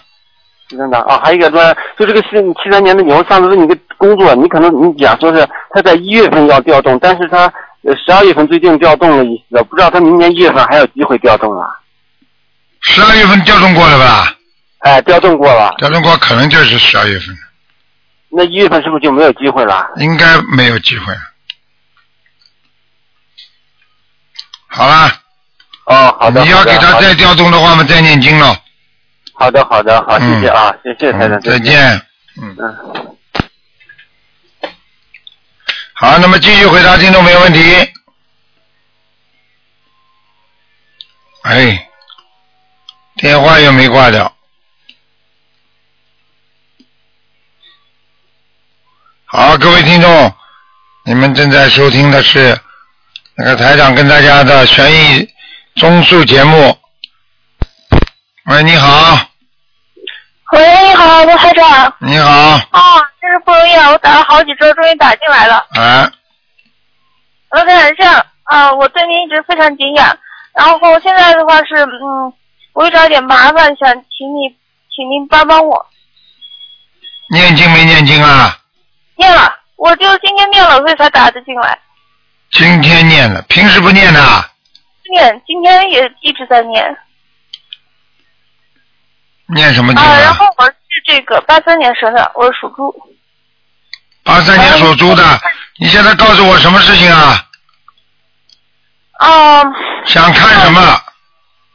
[SPEAKER 7] 七三张啊，还有一个说，就这个是七三年的牛，上次问你个工作，你可能你讲说是他在一月份要调动，但是他呃十二月份最近调动了一次，不知道他明年一月份还有机会调动啊？
[SPEAKER 1] 十二月份调动过了吧？
[SPEAKER 7] 哎，调动过了，
[SPEAKER 1] 调动过可能就是十二月份，
[SPEAKER 7] 那一月份是不是就没有机会了？
[SPEAKER 1] 应该没有机会。好啦，
[SPEAKER 7] 哦，好的，
[SPEAKER 1] 你要
[SPEAKER 7] 好的
[SPEAKER 1] 给他
[SPEAKER 7] 好的
[SPEAKER 1] 再调动的话嘛，再念经喽。
[SPEAKER 7] 好的，好的，好，谢谢啊，谢谢台长，
[SPEAKER 1] 嗯再。见。
[SPEAKER 7] 嗯。
[SPEAKER 1] 好，那么继续回答听众朋友问题。哎，电话又没挂掉。好，各位听众，你们正在收听的是那个台长跟大家的悬疑综述节目。喂，你好，
[SPEAKER 8] 喂，你好，罗台长。
[SPEAKER 1] 你好，
[SPEAKER 5] 哦
[SPEAKER 8] 啊，真是不容易啊！我打了好几周，终于打进来了。
[SPEAKER 1] 哎，
[SPEAKER 8] 罗台长，这样啊，我对您一直非常敬仰。然后现在的话是，嗯，我遇到一点麻烦，想请你，请您帮帮我。
[SPEAKER 1] 念经没念经啊？
[SPEAKER 8] 念了，我就今天念了，所以才打的进来。
[SPEAKER 1] 今天念了，平时不念的啊，
[SPEAKER 8] 念，今天也一直在念
[SPEAKER 1] 念什么经
[SPEAKER 8] 啊。然
[SPEAKER 1] 啊？
[SPEAKER 8] 后我是这个八三年生的，我是属猪。
[SPEAKER 1] 八三年属猪
[SPEAKER 8] 嗯
[SPEAKER 1] 的，你现在告诉我什么事情啊？
[SPEAKER 8] 啊，
[SPEAKER 1] 想看什么？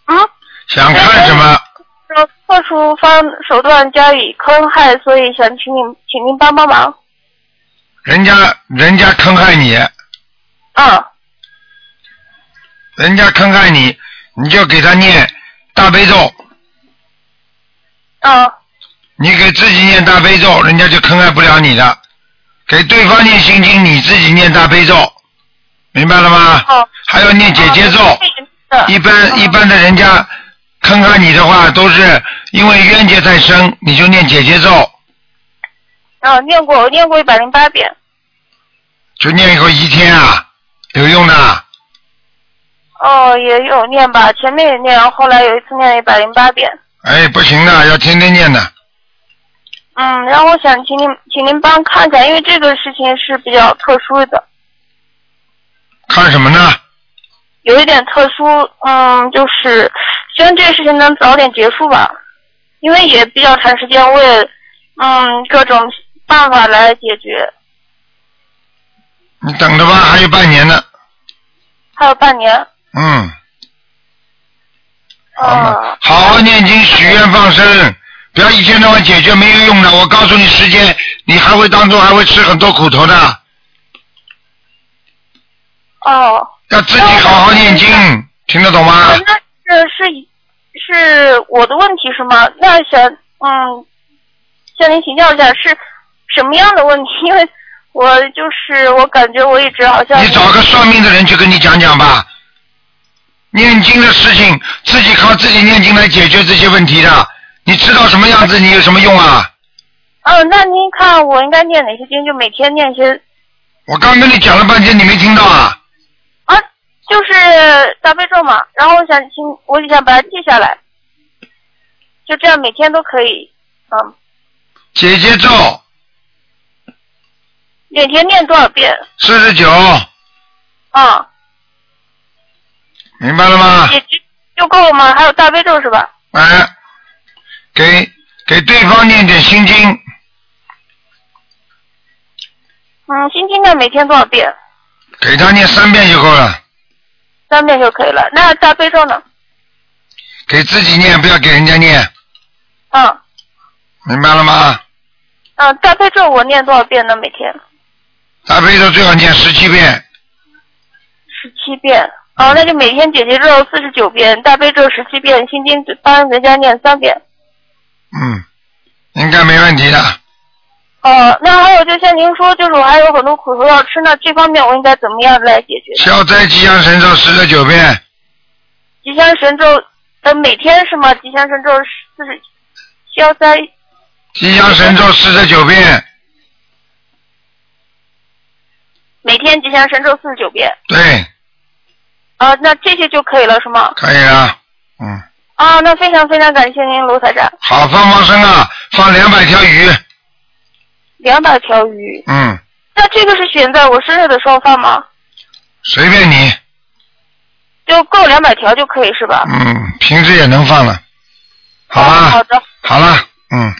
[SPEAKER 8] 嗯，
[SPEAKER 1] 想看什么？
[SPEAKER 8] 说破除方手段加以坑害，所以想请您，请您帮帮忙。
[SPEAKER 1] 人家人家坑害你，
[SPEAKER 8] 嗯，
[SPEAKER 1] 人家坑害你，你就给他念大悲咒，
[SPEAKER 8] 嗯，
[SPEAKER 1] 你给自己念大悲咒，人家就坑害不了你的。给对方念心经，你自己念大悲咒，明白了吗？
[SPEAKER 8] 好。
[SPEAKER 1] 还要念姐姐咒。
[SPEAKER 8] 的
[SPEAKER 1] 一般一般的人家坑害你的话，都是因为冤结太深，你就念姐姐咒，
[SPEAKER 8] 啊，念过，我念过一百零八遍。
[SPEAKER 1] 就念个一天啊，有用的。
[SPEAKER 8] 哦，也有念吧，前面也念，然后后来有一次念一百零八遍。
[SPEAKER 1] 哎，不行的，要天天念的。
[SPEAKER 8] 嗯，然后我想请您，请您帮看看，因为这个事情是比较特殊的，
[SPEAKER 1] 看什么呢？
[SPEAKER 8] 有一点特殊。嗯，就是希望这个事情能早点结束吧，因为也比较长时间，我也嗯各种办法来解决，
[SPEAKER 1] 你等着吧，还有半年呢。
[SPEAKER 8] 还有半年。
[SPEAKER 1] 嗯，好嘛
[SPEAKER 8] 啊，，
[SPEAKER 1] 好好念经，许愿放生，不要一天到晚解决没有用的。我告诉你时间，你还会当中还会吃很多苦头的。
[SPEAKER 8] 哦，
[SPEAKER 1] 要自己好好念经，听得懂吗？
[SPEAKER 8] 那是是是我的问题是吗？那想嗯，向您请教一下是什么样的问题？ [LAUGHS] 因为我就是我感觉我一直好像
[SPEAKER 1] 你找个算命的人去跟你讲讲吧。念经的事情，自己靠自己念经来解决这些问题的。你知道什么样子，你有什么用啊？
[SPEAKER 8] 嗯，那您看我应该念哪些经？就每天念些
[SPEAKER 1] 我刚跟你讲了半天，你没听到啊？
[SPEAKER 8] 啊，就是大悲咒嘛。然后我想听，我就想把它记下来，就这样每天都可以，嗯，
[SPEAKER 1] 姐姐咒
[SPEAKER 8] 每天念多少遍？
[SPEAKER 1] 四十九，
[SPEAKER 8] 嗯，
[SPEAKER 1] 明白了吗？
[SPEAKER 8] 也就就够了吗？还有大悲咒是吧？
[SPEAKER 1] 哎，给给对方念点心经，
[SPEAKER 8] 嗯，心经念每天多少遍？
[SPEAKER 1] 给他念三遍就够了，
[SPEAKER 8] 三遍就可以了。那大悲咒呢？
[SPEAKER 1] 给自己念，不要给人家念，
[SPEAKER 8] 嗯
[SPEAKER 1] 明白了吗？
[SPEAKER 8] 嗯，大悲咒我念多少遍呢？每天
[SPEAKER 1] 大悲咒最好念十七遍，
[SPEAKER 8] 十七遍。哦，那就每天姐姐咒四十九遍，大悲咒十七遍，心经帮人家念三遍。
[SPEAKER 1] 嗯，应该没问题的。
[SPEAKER 8] 哦，那还有就像您说，就是我还有很多苦头要吃呢，这方面我应该怎么样来解决？
[SPEAKER 1] 消灾吉祥神咒四十九遍，
[SPEAKER 8] 吉祥神咒，呃，每天是吗？吉祥神咒四十，消灾，
[SPEAKER 1] 吉祥神咒四十九遍，
[SPEAKER 8] 每天吉祥神咒四十九遍。
[SPEAKER 1] 对，
[SPEAKER 8] 啊、那这些就可以了是吗？
[SPEAKER 1] 可以了。嗯，
[SPEAKER 8] 啊，那非常非常感谢您，卢台长，
[SPEAKER 1] 好，放放生啊，放两百条鱼，
[SPEAKER 8] 两百条鱼。
[SPEAKER 1] 嗯，
[SPEAKER 8] 那这个是选在我生日的时候放吗？
[SPEAKER 1] 随便你，
[SPEAKER 8] 就够两百条就可以是吧？
[SPEAKER 1] 嗯，平时也能放了，嗯好
[SPEAKER 8] 啊
[SPEAKER 1] 吧
[SPEAKER 8] 好，的，
[SPEAKER 1] 好了，嗯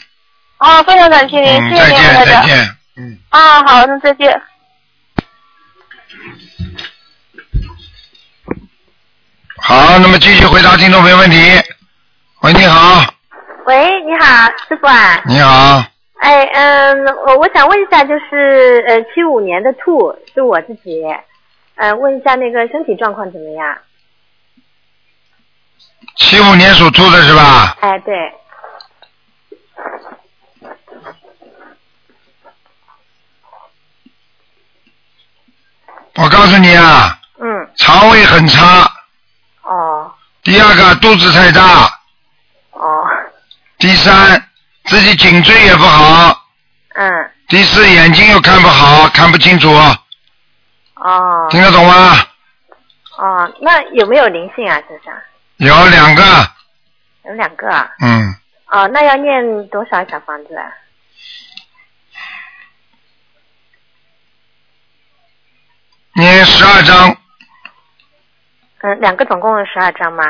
[SPEAKER 8] 啊，非常感谢您，
[SPEAKER 1] 嗯，
[SPEAKER 8] 谢谢
[SPEAKER 1] 再
[SPEAKER 8] 您，卢
[SPEAKER 1] 见
[SPEAKER 8] 台
[SPEAKER 1] 再
[SPEAKER 8] 长。
[SPEAKER 1] 见，嗯。
[SPEAKER 8] 啊，好，那再见。
[SPEAKER 1] 好，那么继续回答听众朋友问题。喂，你好，
[SPEAKER 9] 喂，你好，师傅啊。
[SPEAKER 1] 你好，
[SPEAKER 9] 哎，嗯，我我想问一下，就是呃，七五年的兔是我自己，呃，问一下那个身体状况怎么样？
[SPEAKER 1] 七五年属兔的是吧？
[SPEAKER 9] 哎，对，
[SPEAKER 1] 我告诉你啊，
[SPEAKER 9] 嗯，
[SPEAKER 1] 肠胃很差，
[SPEAKER 9] 哦，
[SPEAKER 1] 第二个肚子太大，
[SPEAKER 9] 哦，
[SPEAKER 1] 第三自己颈椎也不好，
[SPEAKER 9] 嗯，
[SPEAKER 1] 第四眼睛又看不好，看不清楚，
[SPEAKER 9] 哦，
[SPEAKER 1] 听得懂吗？
[SPEAKER 9] 哦，那有没有灵性啊？身上
[SPEAKER 1] 有两个，
[SPEAKER 9] 有两个啊。
[SPEAKER 1] 嗯，
[SPEAKER 9] 哦，那要念多少小房子啊？
[SPEAKER 1] 念十二张，
[SPEAKER 9] 嗯，两个总共有十二张吗？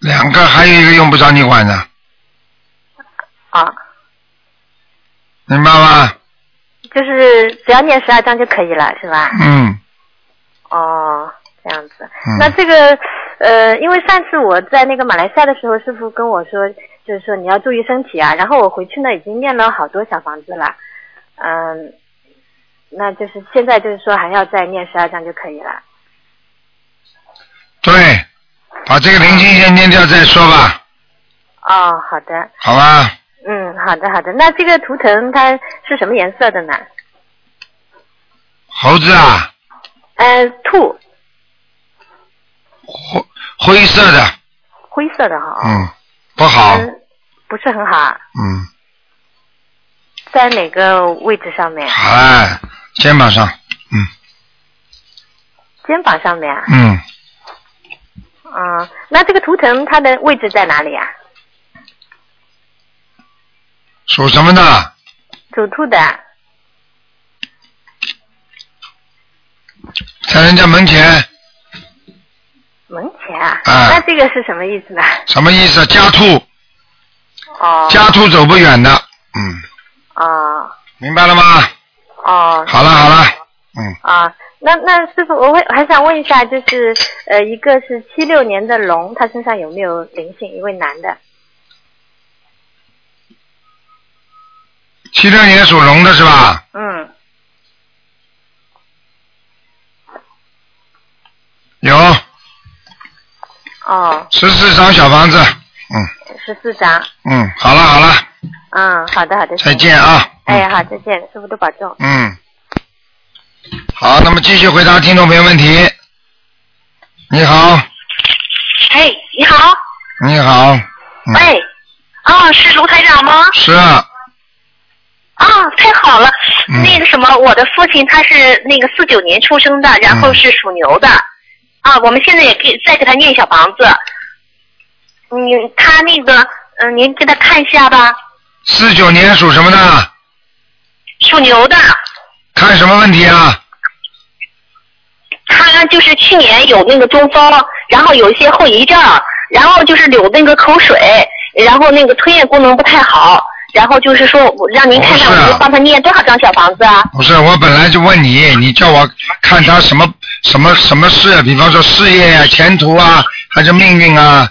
[SPEAKER 1] 两个还有一个用不着你管的，
[SPEAKER 9] 哦，
[SPEAKER 1] 明白吗？
[SPEAKER 9] 就是只要念十二张就可以了，是吧？
[SPEAKER 1] 嗯，
[SPEAKER 9] 哦，这样子。
[SPEAKER 1] 嗯
[SPEAKER 9] 那这个呃，因为上次我在那个马来西亚的时候，师傅跟我说，就是说你要注意身体啊。然后我回去呢，已经念了好多小房子了，嗯，那就是现在就是说还要再念十二章就可以了。
[SPEAKER 1] 对，把这个灵性先念掉再说吧，
[SPEAKER 9] 哦，好的，
[SPEAKER 1] 好吧？
[SPEAKER 9] 嗯，好的，好的。那这个图腾它是什么颜色的呢？
[SPEAKER 1] 猴子啊，
[SPEAKER 9] 呃，兔，
[SPEAKER 1] 灰灰色的，
[SPEAKER 9] 灰色的哈、
[SPEAKER 1] 嗯，不好，
[SPEAKER 9] 嗯，不啊是很好啊，
[SPEAKER 1] 嗯，
[SPEAKER 9] 在哪个位置上面？
[SPEAKER 1] 好啦，肩膀上，嗯
[SPEAKER 9] 肩膀上面啊？
[SPEAKER 1] 嗯，
[SPEAKER 9] 嗯，那这个图腾它的位置在哪里啊？
[SPEAKER 1] 属什么的？
[SPEAKER 9] 属兔的啊，
[SPEAKER 1] 在人家门前，
[SPEAKER 9] 门前啊，
[SPEAKER 1] 啊
[SPEAKER 9] 那这个是什么意思呢？
[SPEAKER 1] 什么意思？家兔，
[SPEAKER 9] 哦，
[SPEAKER 1] 家兔走不远的，嗯，
[SPEAKER 9] 哦，
[SPEAKER 1] 明白了吗？
[SPEAKER 9] 哦，
[SPEAKER 1] 好了好了，嗯，
[SPEAKER 9] 啊，那那师傅，我会还想问一下，就是呃，一个是七六年的龙，他身上有没有灵性？一位男的，
[SPEAKER 1] 七六年属龙的是吧？
[SPEAKER 9] 嗯，
[SPEAKER 1] 有
[SPEAKER 9] 哦，
[SPEAKER 1] 十四张小房子，嗯
[SPEAKER 9] 十四张，
[SPEAKER 1] 嗯，好了好了，
[SPEAKER 9] 嗯，好的好的，
[SPEAKER 1] 再。见啊，
[SPEAKER 9] 哎，好，再见，师傅多保重。
[SPEAKER 1] 嗯，好，那么继续回答听众朋友问题。你好，
[SPEAKER 6] 哎，你好，
[SPEAKER 1] 你好，嗯
[SPEAKER 6] 喂，
[SPEAKER 10] 啊、是卢台长吗？
[SPEAKER 1] 是啊，
[SPEAKER 10] 啊，太好了。
[SPEAKER 1] 嗯
[SPEAKER 10] 那个什么，我的父亲他是那个四九年出生的，然
[SPEAKER 1] 嗯
[SPEAKER 10] 后是属牛的。啊，我们现在也给再给他念小房子。嗯，他那个，嗯、您给他看一下吧，
[SPEAKER 1] 四九年属什么的？
[SPEAKER 10] 属牛的，
[SPEAKER 1] 看什么问题啊？
[SPEAKER 10] 他就是去年有那个中风，然后有一些后遗症，然后就是流那个口水，然后那个吞咽功能不太好，然后就是说我让您看看
[SPEAKER 1] 不是啊
[SPEAKER 10] 我能帮他念多少张小房子啊？
[SPEAKER 1] 不是，我本来就问你，你叫我看他什么什么什么事，啊比方说事业呀、前途啊，还是命运啊，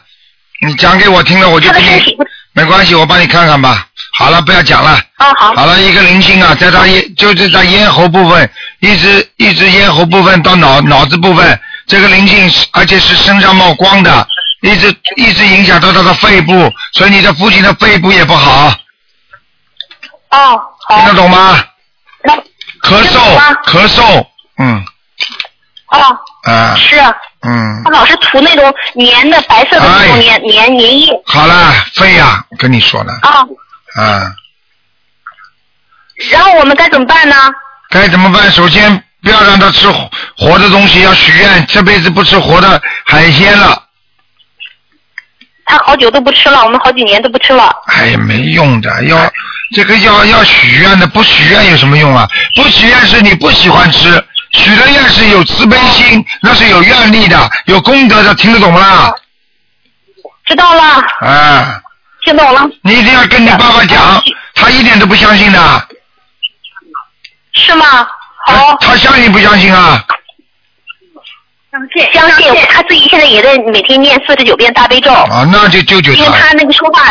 [SPEAKER 1] 你讲给我听了，我就
[SPEAKER 10] 他的
[SPEAKER 1] 给
[SPEAKER 10] 身
[SPEAKER 1] 你
[SPEAKER 10] 体不
[SPEAKER 1] 没关系，我帮你看看吧。好了，不要讲了。
[SPEAKER 10] 啊好。
[SPEAKER 1] 好了，一个灵性啊，在他咽，就是在咽喉部分，一直一直咽喉部分到脑脑子部分，这个灵性是，而且是身上冒光的，一直一直影响到他的肺部，所以你的父亲的肺部也不好，
[SPEAKER 10] 哦，
[SPEAKER 1] 听得懂吗？
[SPEAKER 10] 那
[SPEAKER 1] 咳
[SPEAKER 10] 听得懂
[SPEAKER 1] 嗽
[SPEAKER 10] 吗，
[SPEAKER 1] 咳嗽，嗯
[SPEAKER 10] 哦，
[SPEAKER 1] 啊，
[SPEAKER 10] 是啊，
[SPEAKER 1] 嗯，
[SPEAKER 10] 他老是涂那种粘的白色的那
[SPEAKER 1] 哎
[SPEAKER 10] 种粘粘粘液
[SPEAKER 1] 好了，肺呀、我跟你说了，
[SPEAKER 10] 啊，
[SPEAKER 1] 啊，
[SPEAKER 10] 然后我们该怎么办呢？
[SPEAKER 1] 该怎么办？首先不要让他吃活活的东西，要许愿，这辈子不吃活的海鲜了。
[SPEAKER 10] 他好久都不吃了，我们好几年都不吃了。
[SPEAKER 1] 哎呀，没用的，要这个要要许愿的，不许愿有什么用啊？不许愿是你不喜欢吃，许了愿是有慈悲心，那是有愿力的，有功德的，听得懂不啦？
[SPEAKER 10] 知道了，
[SPEAKER 1] 啊，
[SPEAKER 10] 听懂了，
[SPEAKER 1] 你一定要跟你爸爸讲，他一点都不相信的，
[SPEAKER 10] 是吗？
[SPEAKER 1] 他
[SPEAKER 10] 好，
[SPEAKER 1] 哎他相信不相信啊？
[SPEAKER 10] 相信相信，他自己现在也在每天念四十九遍大悲咒，
[SPEAKER 1] 啊，那就救救
[SPEAKER 10] 因为
[SPEAKER 1] 他。
[SPEAKER 10] 他那个说话，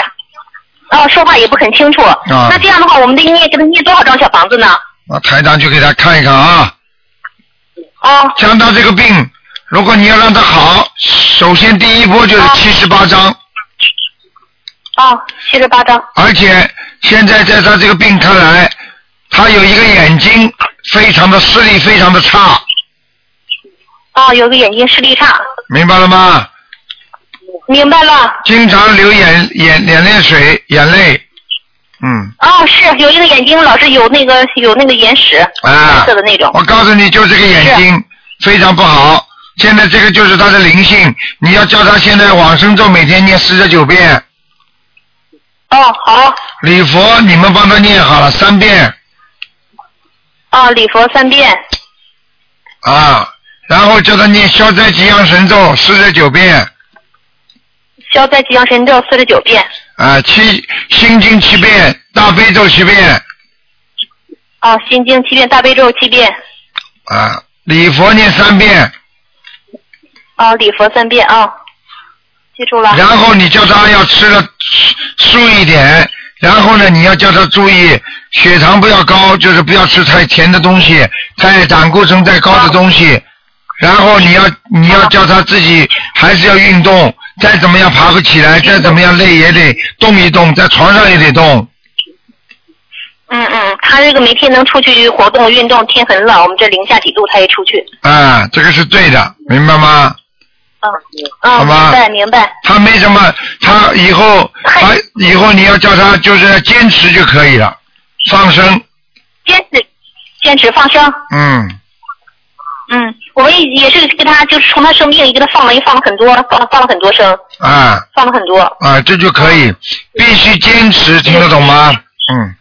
[SPEAKER 10] 哦，说话也不很清楚。那这样的话，我们得念给他念多少张小房子呢？
[SPEAKER 1] 啊，台长去给他看一看啊。
[SPEAKER 10] 哦，
[SPEAKER 1] 像他这个病，如果你要让他好，首先第一波就是七十八章。
[SPEAKER 10] 哦，七十八张。
[SPEAKER 1] 而且现在在他这个病看来，他有一个眼睛非常的视力非常的差，
[SPEAKER 10] 哦，有个眼睛视力差，
[SPEAKER 1] 明白了吗？
[SPEAKER 10] 明白了。
[SPEAKER 1] 经常流眼眼眼泪水眼泪，嗯
[SPEAKER 10] 哦，是有一个眼睛老是有那个有那个眼屎，
[SPEAKER 1] 啊
[SPEAKER 10] 白色的那种。
[SPEAKER 1] 我告诉你，就这个眼睛非常不好。现在这个就是他的灵性，你要叫他现在往生咒每天念四十九遍，
[SPEAKER 10] 哦，好，
[SPEAKER 1] 礼佛你们帮他念好了三遍
[SPEAKER 10] 哦，礼佛三遍，
[SPEAKER 1] 啊，然后叫他念消灾吉祥神咒四十九遍
[SPEAKER 10] 消灾吉祥神咒四十九遍，
[SPEAKER 1] 啊，七心经七遍，大悲咒七遍，
[SPEAKER 10] 哦，心经七遍，大悲咒七遍，
[SPEAKER 1] 啊，礼佛念三遍，
[SPEAKER 10] 哦，礼佛三遍啊、哦，记住了。
[SPEAKER 1] 然后你叫他要吃了素一点，然后呢，你要叫他注意血糖不要高，就是不要吃太甜的东西，太胆固醇太高的东西。然后你要你要叫他自己还是要运动，再怎么样爬不起来，再怎么样累也得动一动，在床上也得动。
[SPEAKER 10] 嗯嗯，他这个每天能出去活动运动，天很冷，我们这零下几度他也出去。
[SPEAKER 1] 啊，这个是对的，明白吗？
[SPEAKER 10] 嗯嗯，
[SPEAKER 1] 好吧
[SPEAKER 10] 明白明白。
[SPEAKER 1] 他没什么，他以后他以后你要叫他就是坚持就可以了，放生，
[SPEAKER 10] 坚持坚持放生，
[SPEAKER 1] 嗯。
[SPEAKER 10] 嗯，我们也也是给他就是从他生病，也给他放了也放了很多，放了放了很多生，
[SPEAKER 1] 啊
[SPEAKER 10] 放了很多。
[SPEAKER 1] 啊，这就可以，必须坚持，听得懂吗？嗯，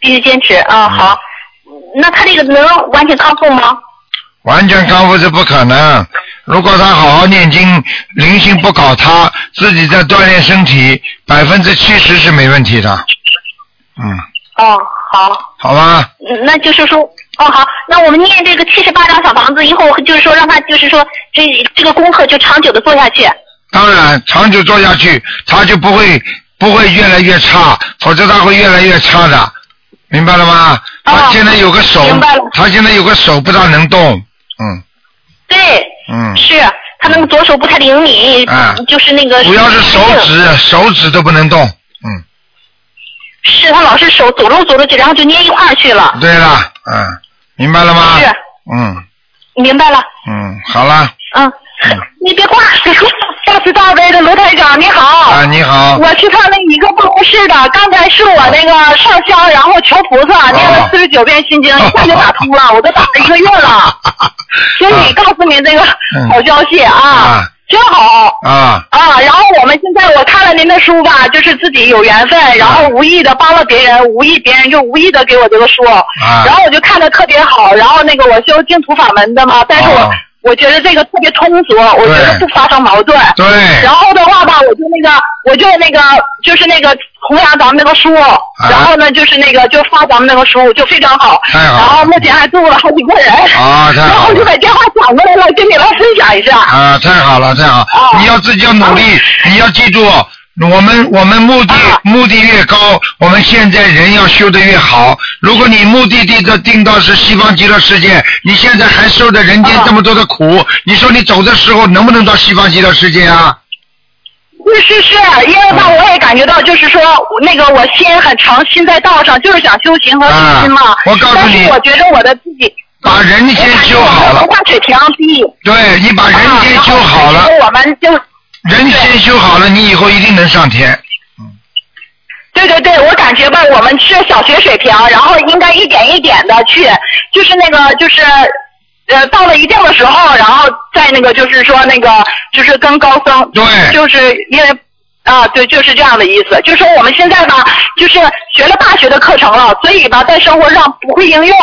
[SPEAKER 10] 必须坚持啊、好。那他这个能完全康复吗？
[SPEAKER 1] 完全康复是不可能。如果他好好念经，灵性不搞他，自己在锻炼身体，百分之七十是没问题的。嗯，
[SPEAKER 10] 哦，好，
[SPEAKER 1] 好吧，
[SPEAKER 10] 嗯那就是说，哦好，那我们念这个七十八张小房子以后，就是说让他就是说这这个功课就长久的做下去。
[SPEAKER 1] 当然长久做下去，他就不会不会越来越差，否则他会越来越差的，明白了吗？他
[SPEAKER 10] 哦
[SPEAKER 1] 现在有个手
[SPEAKER 10] 明白了，
[SPEAKER 1] 他现在有个手不大能动，嗯
[SPEAKER 10] 对，
[SPEAKER 1] 嗯。
[SPEAKER 10] 是他那个左手不太灵敏，
[SPEAKER 1] 啊
[SPEAKER 10] 就是那个
[SPEAKER 1] 主要是手
[SPEAKER 10] 嗯
[SPEAKER 1] 指，手指都不能动。嗯，
[SPEAKER 10] 是他老是手走着走着就然后就捏一块儿去了。
[SPEAKER 1] 对了，嗯，明白了吗？
[SPEAKER 10] 是，
[SPEAKER 1] 嗯
[SPEAKER 10] 明白了，
[SPEAKER 1] 嗯，好了，
[SPEAKER 10] 嗯。
[SPEAKER 1] 嗯
[SPEAKER 10] 你别挂， [LAUGHS] 大慈大悲的卢台长，你好。
[SPEAKER 1] 啊，你好。
[SPEAKER 10] 我去他那一个办公室的，刚才是我那个上香，然后求菩
[SPEAKER 1] 哦
[SPEAKER 10] 萨，念了四十九遍心经，
[SPEAKER 1] [LAUGHS]
[SPEAKER 10] 一下就打通了，我都打了一个月了。请
[SPEAKER 1] 嗯
[SPEAKER 10] 你告诉您这个好消息啊，真好。
[SPEAKER 1] 啊，
[SPEAKER 10] 啊，然后我们现在我看了您的书吧，就是自己有缘分，然后无意的帮了别人，无意别人就无意的给我这个书，
[SPEAKER 1] 啊
[SPEAKER 10] 然后我就看的特别好，然后那个我修净土法门的嘛，但是我、
[SPEAKER 1] 哦
[SPEAKER 10] 我觉得这个特别通俗，我觉得不发生矛盾。
[SPEAKER 1] 对
[SPEAKER 10] 然后的话吧，我就那个，我就那个，就是那个弘扬咱们那个书，
[SPEAKER 1] 啊
[SPEAKER 10] 然后呢，就是那个就发咱们那个书，就非常好。
[SPEAKER 1] 太好了
[SPEAKER 10] 然后目前还度了好几个人。
[SPEAKER 1] 啊太好了
[SPEAKER 10] 然后就把电话转过来了，跟你来分享一下。
[SPEAKER 1] 啊，太好了，太好！你要自己要努力，
[SPEAKER 10] 啊
[SPEAKER 1] 你要记住，我们我们目的、目的越高，我们现在人要修的越好。如果你目的地的定到是西方极乐世界，你现在还受着人
[SPEAKER 10] 啊
[SPEAKER 1] 间这么多的苦，你说你走的时候能不能到西方极乐世界啊？
[SPEAKER 10] 是是是，因为吧，
[SPEAKER 1] 嗯
[SPEAKER 10] 我也感觉到，就是说，那个我心很诚，心在道上，就是想修行和
[SPEAKER 1] 啊
[SPEAKER 10] 修心嘛。我告诉你，但是我觉得我的自己
[SPEAKER 1] 把人间修好了，
[SPEAKER 10] 文化水平低。
[SPEAKER 1] 对你把人
[SPEAKER 10] 啊
[SPEAKER 1] 间修好了，
[SPEAKER 10] 我们就
[SPEAKER 1] 人间修好了，你以后一定能上天。
[SPEAKER 10] 对对对，我感觉吧，我们是小学水平，然后应该一点一点的去，就是那个就是。呃，到了一定的时候，然后再那个，就是说那个，就是跟高僧，
[SPEAKER 1] 对，
[SPEAKER 10] 就是因为啊，对，就是这样的意思。就是说我们现在吧，就是学了大学的课程了，所以吧，在生活上不会应用。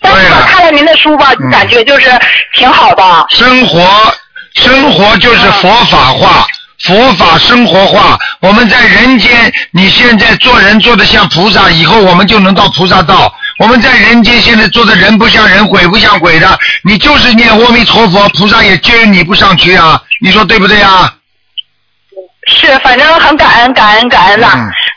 [SPEAKER 10] 但是吧，看了您的书吧，感觉就是挺好的。
[SPEAKER 1] 生活，生活就是佛法化，佛法生活化。我们在人间，你现在做人做的像菩萨，以后我们就能到菩萨道。我们在人间现在做的人不像人，鬼不像鬼的，你就是念阿弥陀佛，菩萨也接你不上去啊！你说对不对啊？
[SPEAKER 10] 是，反正很感恩，感恩，感恩的。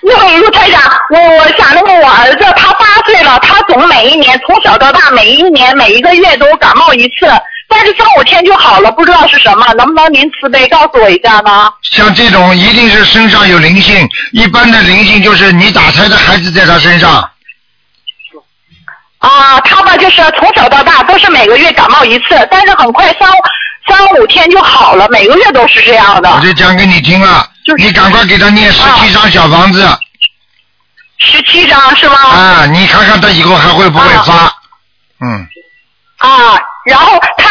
[SPEAKER 10] 那个卢台长，我我想那个我儿子，他八岁了，他总每一年从小到大，每一年每一个月都感冒一次，但是上五天就好了，不知道是什么，能不能您慈悲告诉我一下呢？
[SPEAKER 1] 像这种一定是身上有灵性，一般的灵性就是你打胎的孩子在他身上。
[SPEAKER 10] 啊，他吧就是从小到大都是每个月感冒一次，但是很快三三五天就好了，每个月都是这样的。
[SPEAKER 1] 我就讲给你听了，你赶快给他念十七张小房子。
[SPEAKER 10] 十七张是吗？
[SPEAKER 1] 啊，你看看他以后还会不会发？嗯，
[SPEAKER 10] 啊，然后他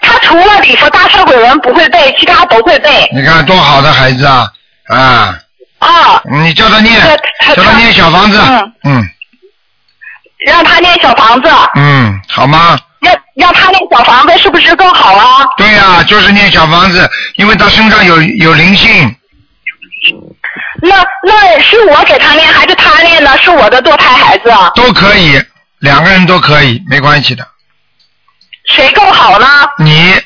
[SPEAKER 10] 他除了礼佛大忏悔文不会背，其他都会背。
[SPEAKER 1] 你看多好的孩子啊！啊，
[SPEAKER 10] 啊，
[SPEAKER 1] 你叫他念，
[SPEAKER 10] 他
[SPEAKER 1] 叫他念小房子。
[SPEAKER 10] 嗯，
[SPEAKER 1] 嗯
[SPEAKER 10] 让他念小房子，
[SPEAKER 1] 嗯，好吗？
[SPEAKER 10] 让让他念小房子是不是更好啊？
[SPEAKER 1] 对呀、就是念小房子，因为他身上有有灵性，
[SPEAKER 10] 那那是我给他念还是他念呢？是我的堕胎孩子，啊？
[SPEAKER 1] 都可以，两个人都可以，没关系的。
[SPEAKER 10] 谁更好呢？
[SPEAKER 1] 你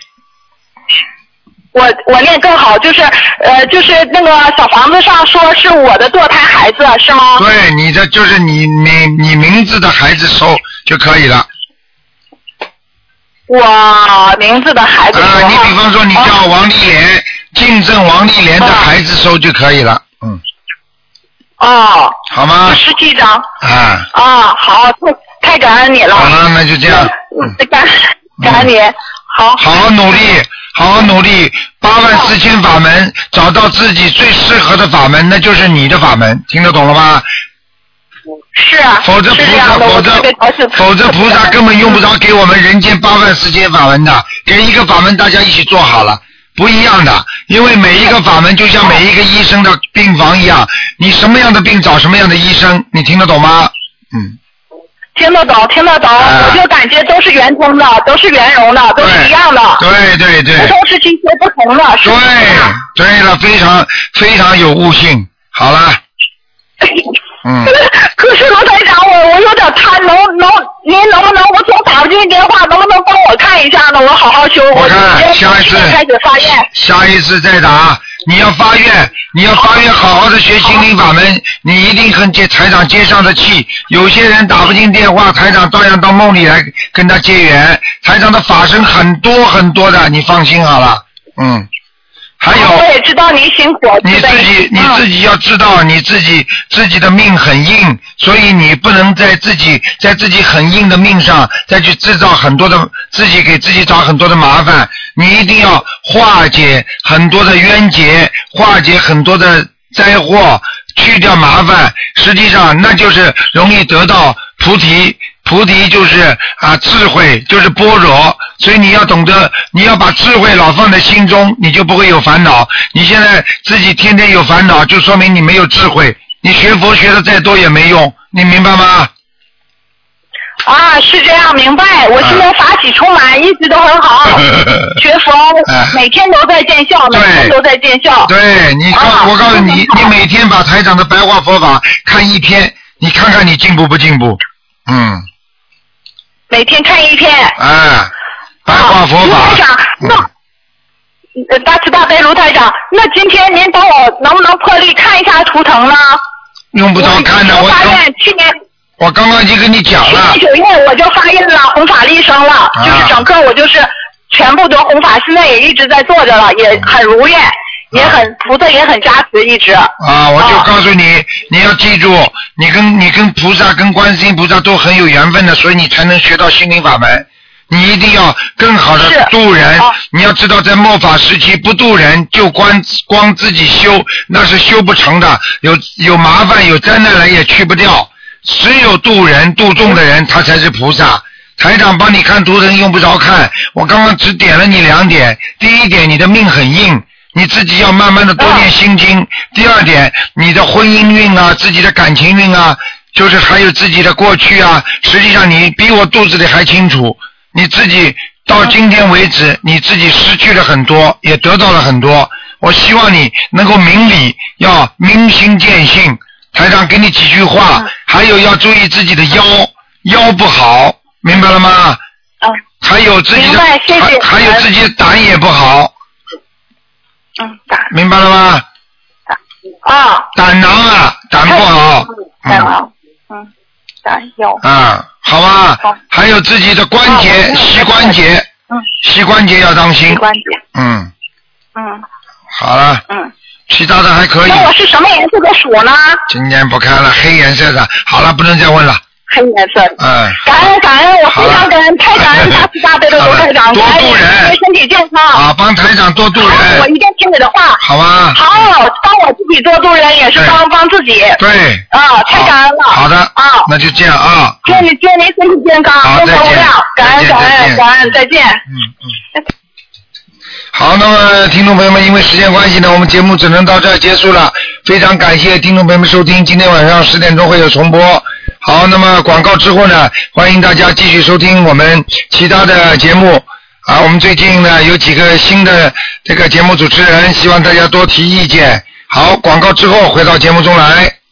[SPEAKER 10] 我我念更好，就是呃，就是那个小房子上说是我的堕胎孩子是吗？
[SPEAKER 1] 对你的就是你你你名字的孩子收就可以了。
[SPEAKER 10] 我名字的孩子
[SPEAKER 1] 啊，你比方说你叫王丽莲，敬赠王丽莲
[SPEAKER 10] 啊
[SPEAKER 1] 的孩子收就可以了。嗯，
[SPEAKER 10] 哦，
[SPEAKER 1] 好吗？
[SPEAKER 10] 十七张
[SPEAKER 1] 啊，
[SPEAKER 10] 啊，好，太太感恩你了，嗯
[SPEAKER 1] 好了，那就这样。嗯
[SPEAKER 10] 感感恩你，好。
[SPEAKER 1] 好好努力，好好努力，八万四千法门，找到自己最适合的法门，那就是你的法门，听得懂了吧？
[SPEAKER 10] 是啊，
[SPEAKER 1] 否则菩萨，否则否则菩萨根本用不着给我们人间八万四千法门的，给一个法门大家一起做好了，不一样的，因为每一个法门就像每一个医生的病房一样，你什么样的病找什么样的医生，你听得懂吗？啊
[SPEAKER 10] 听得懂，听得懂，我就感觉都是圆通的，都是圆融的，都是一样的。
[SPEAKER 1] 对对对
[SPEAKER 10] 不同时期学不同的，是吧
[SPEAKER 1] 对了，非常非常有悟性，好了，嗯。
[SPEAKER 10] [LAUGHS] 可是罗台长，我我有点贪，能能您能不能我总打不进电话，能不能帮我看一下呢？我好好修，我
[SPEAKER 1] 我看
[SPEAKER 10] 今
[SPEAKER 1] 下
[SPEAKER 10] 天
[SPEAKER 1] 一次
[SPEAKER 10] 开始发愿。
[SPEAKER 1] 下一次再打。你要发愿，你要发愿，好好的学心灵法门，你一定很接台长接上的气。有些人打不进电话，台长照样到梦里来跟他结缘。台长的法身很多很多的，你放心好了。嗯，还有，
[SPEAKER 10] 啊我也知道您辛苦，啊
[SPEAKER 1] 你自己你自己要知道你自己自己的命很硬，所以你不能在自己在自己很硬的命上再去制造很多的自己给自己找很多的麻烦。你一定要化解很多的冤结，化解很多的灾祸，去掉麻烦。实际上，那就是容易得到菩提。菩提就是啊，智慧就是般若，所以你要懂得，你要把智慧老放在心中，你就不会有烦恼。你现在自己天天有烦恼，就说明你没有智慧。你学佛学的再多也没用，你明白吗？
[SPEAKER 10] 啊，是这样，明白。我现在法喜充满，一直都很好，
[SPEAKER 1] 嗯
[SPEAKER 10] 学佛，每天都在见效，每天都在见效。啊
[SPEAKER 1] 对，你告、我告诉你，你每天把台长的白话佛法看一篇，你看看你进步不进步？嗯。
[SPEAKER 10] 每天看一篇。
[SPEAKER 1] 啊，白话佛
[SPEAKER 10] 卢
[SPEAKER 1] 法。
[SPEAKER 10] 台长，
[SPEAKER 1] 嗯
[SPEAKER 10] 那呃大慈大悲卢台长，那今天您帮我能不能破例看一下图腾呢？
[SPEAKER 1] 用不着看的，我
[SPEAKER 10] 发愿去年
[SPEAKER 1] 我刚刚已经跟你讲
[SPEAKER 10] 去
[SPEAKER 1] 了
[SPEAKER 10] 年，九月我就发印了弘法利生了，
[SPEAKER 1] 啊
[SPEAKER 10] 就是整个我就是全部都弘法，现在也一直在做着了，
[SPEAKER 1] 嗯
[SPEAKER 10] 也很如愿，也很菩萨也很加持，一直。
[SPEAKER 1] 啊，我就告诉你，你要记住，你跟你跟菩萨、跟观世音菩萨都很有缘分的，所以你才能学到心灵法门。你一定要更好的渡人，你要知道，在末法时期不渡人，就光光自己修，那是修不成的。有有麻烦、有灾难来也去不掉，只有渡人、渡众的人，他才是菩萨。台长帮你看图腾用不着看，我刚刚只点了你两点。第一点，你的命很硬，你自己要慢慢的多念心经。第二点，你的婚姻运啊，自己的感情运啊，就是还有自己的过去啊，实际上你比我肚子里还清楚。你自己到今天为止，你自己失去了很多，也得到了很多。我希望你能够明理，要明心见性。台长给你几句
[SPEAKER 10] 嗯
[SPEAKER 1] 话，还有要注意自己的腰，腰不好，明白了吗？
[SPEAKER 10] 啊。
[SPEAKER 1] 还有自己
[SPEAKER 10] 明
[SPEAKER 1] 的，
[SPEAKER 10] 白谢谢
[SPEAKER 1] 还还有自己的胆也不好，
[SPEAKER 10] 嗯，打
[SPEAKER 1] 明白了吗？
[SPEAKER 10] 啊。
[SPEAKER 1] 胆囊啊，胆不好。
[SPEAKER 10] 太好，嗯，打腰。
[SPEAKER 1] 啊，好吧。还有自己的关
[SPEAKER 10] 哦
[SPEAKER 1] 节，膝关节，
[SPEAKER 10] 嗯，
[SPEAKER 1] 膝关节要当心
[SPEAKER 10] 膝。关节，
[SPEAKER 1] 嗯，
[SPEAKER 10] 嗯
[SPEAKER 1] 好了，
[SPEAKER 10] 嗯。
[SPEAKER 1] 其他的还可以。
[SPEAKER 10] 那我是什么颜色的鼠呢？
[SPEAKER 1] 今天不看了，黑颜色的。好了，不能再问了。
[SPEAKER 10] 黑颜色的。
[SPEAKER 1] 嗯，
[SPEAKER 10] 感恩感恩，我非常感恩，太感恩大慈大悲的卢台长，感恩您身体健康。
[SPEAKER 1] 啊，帮台长多度
[SPEAKER 10] 好我
[SPEAKER 1] 人，
[SPEAKER 10] 一定听你的话。
[SPEAKER 1] 好吧？
[SPEAKER 10] 好，帮我自己多度人，也是帮帮自己。
[SPEAKER 1] 对，
[SPEAKER 10] 啊，太感恩了。
[SPEAKER 1] 好的
[SPEAKER 10] 啊，
[SPEAKER 1] 那就这样啊。
[SPEAKER 10] 祝你祝您身体健康，
[SPEAKER 1] 好
[SPEAKER 10] 功德无量，
[SPEAKER 1] 再
[SPEAKER 10] 感恩
[SPEAKER 1] 见
[SPEAKER 10] 感
[SPEAKER 1] 再见
[SPEAKER 10] 恩感恩，再见。
[SPEAKER 1] 好，那么听众朋友们，因为时间关系呢，我们节目只能到这儿结束了。非常感谢听众朋友们收听，今天晚上十点钟会有重播。好，那么广告之后呢，欢迎大家继续收听我们其他的节目。啊，我们最近呢有几个新的这个节目主持人，希望大家多提意见。好，广告之后回到节目中来。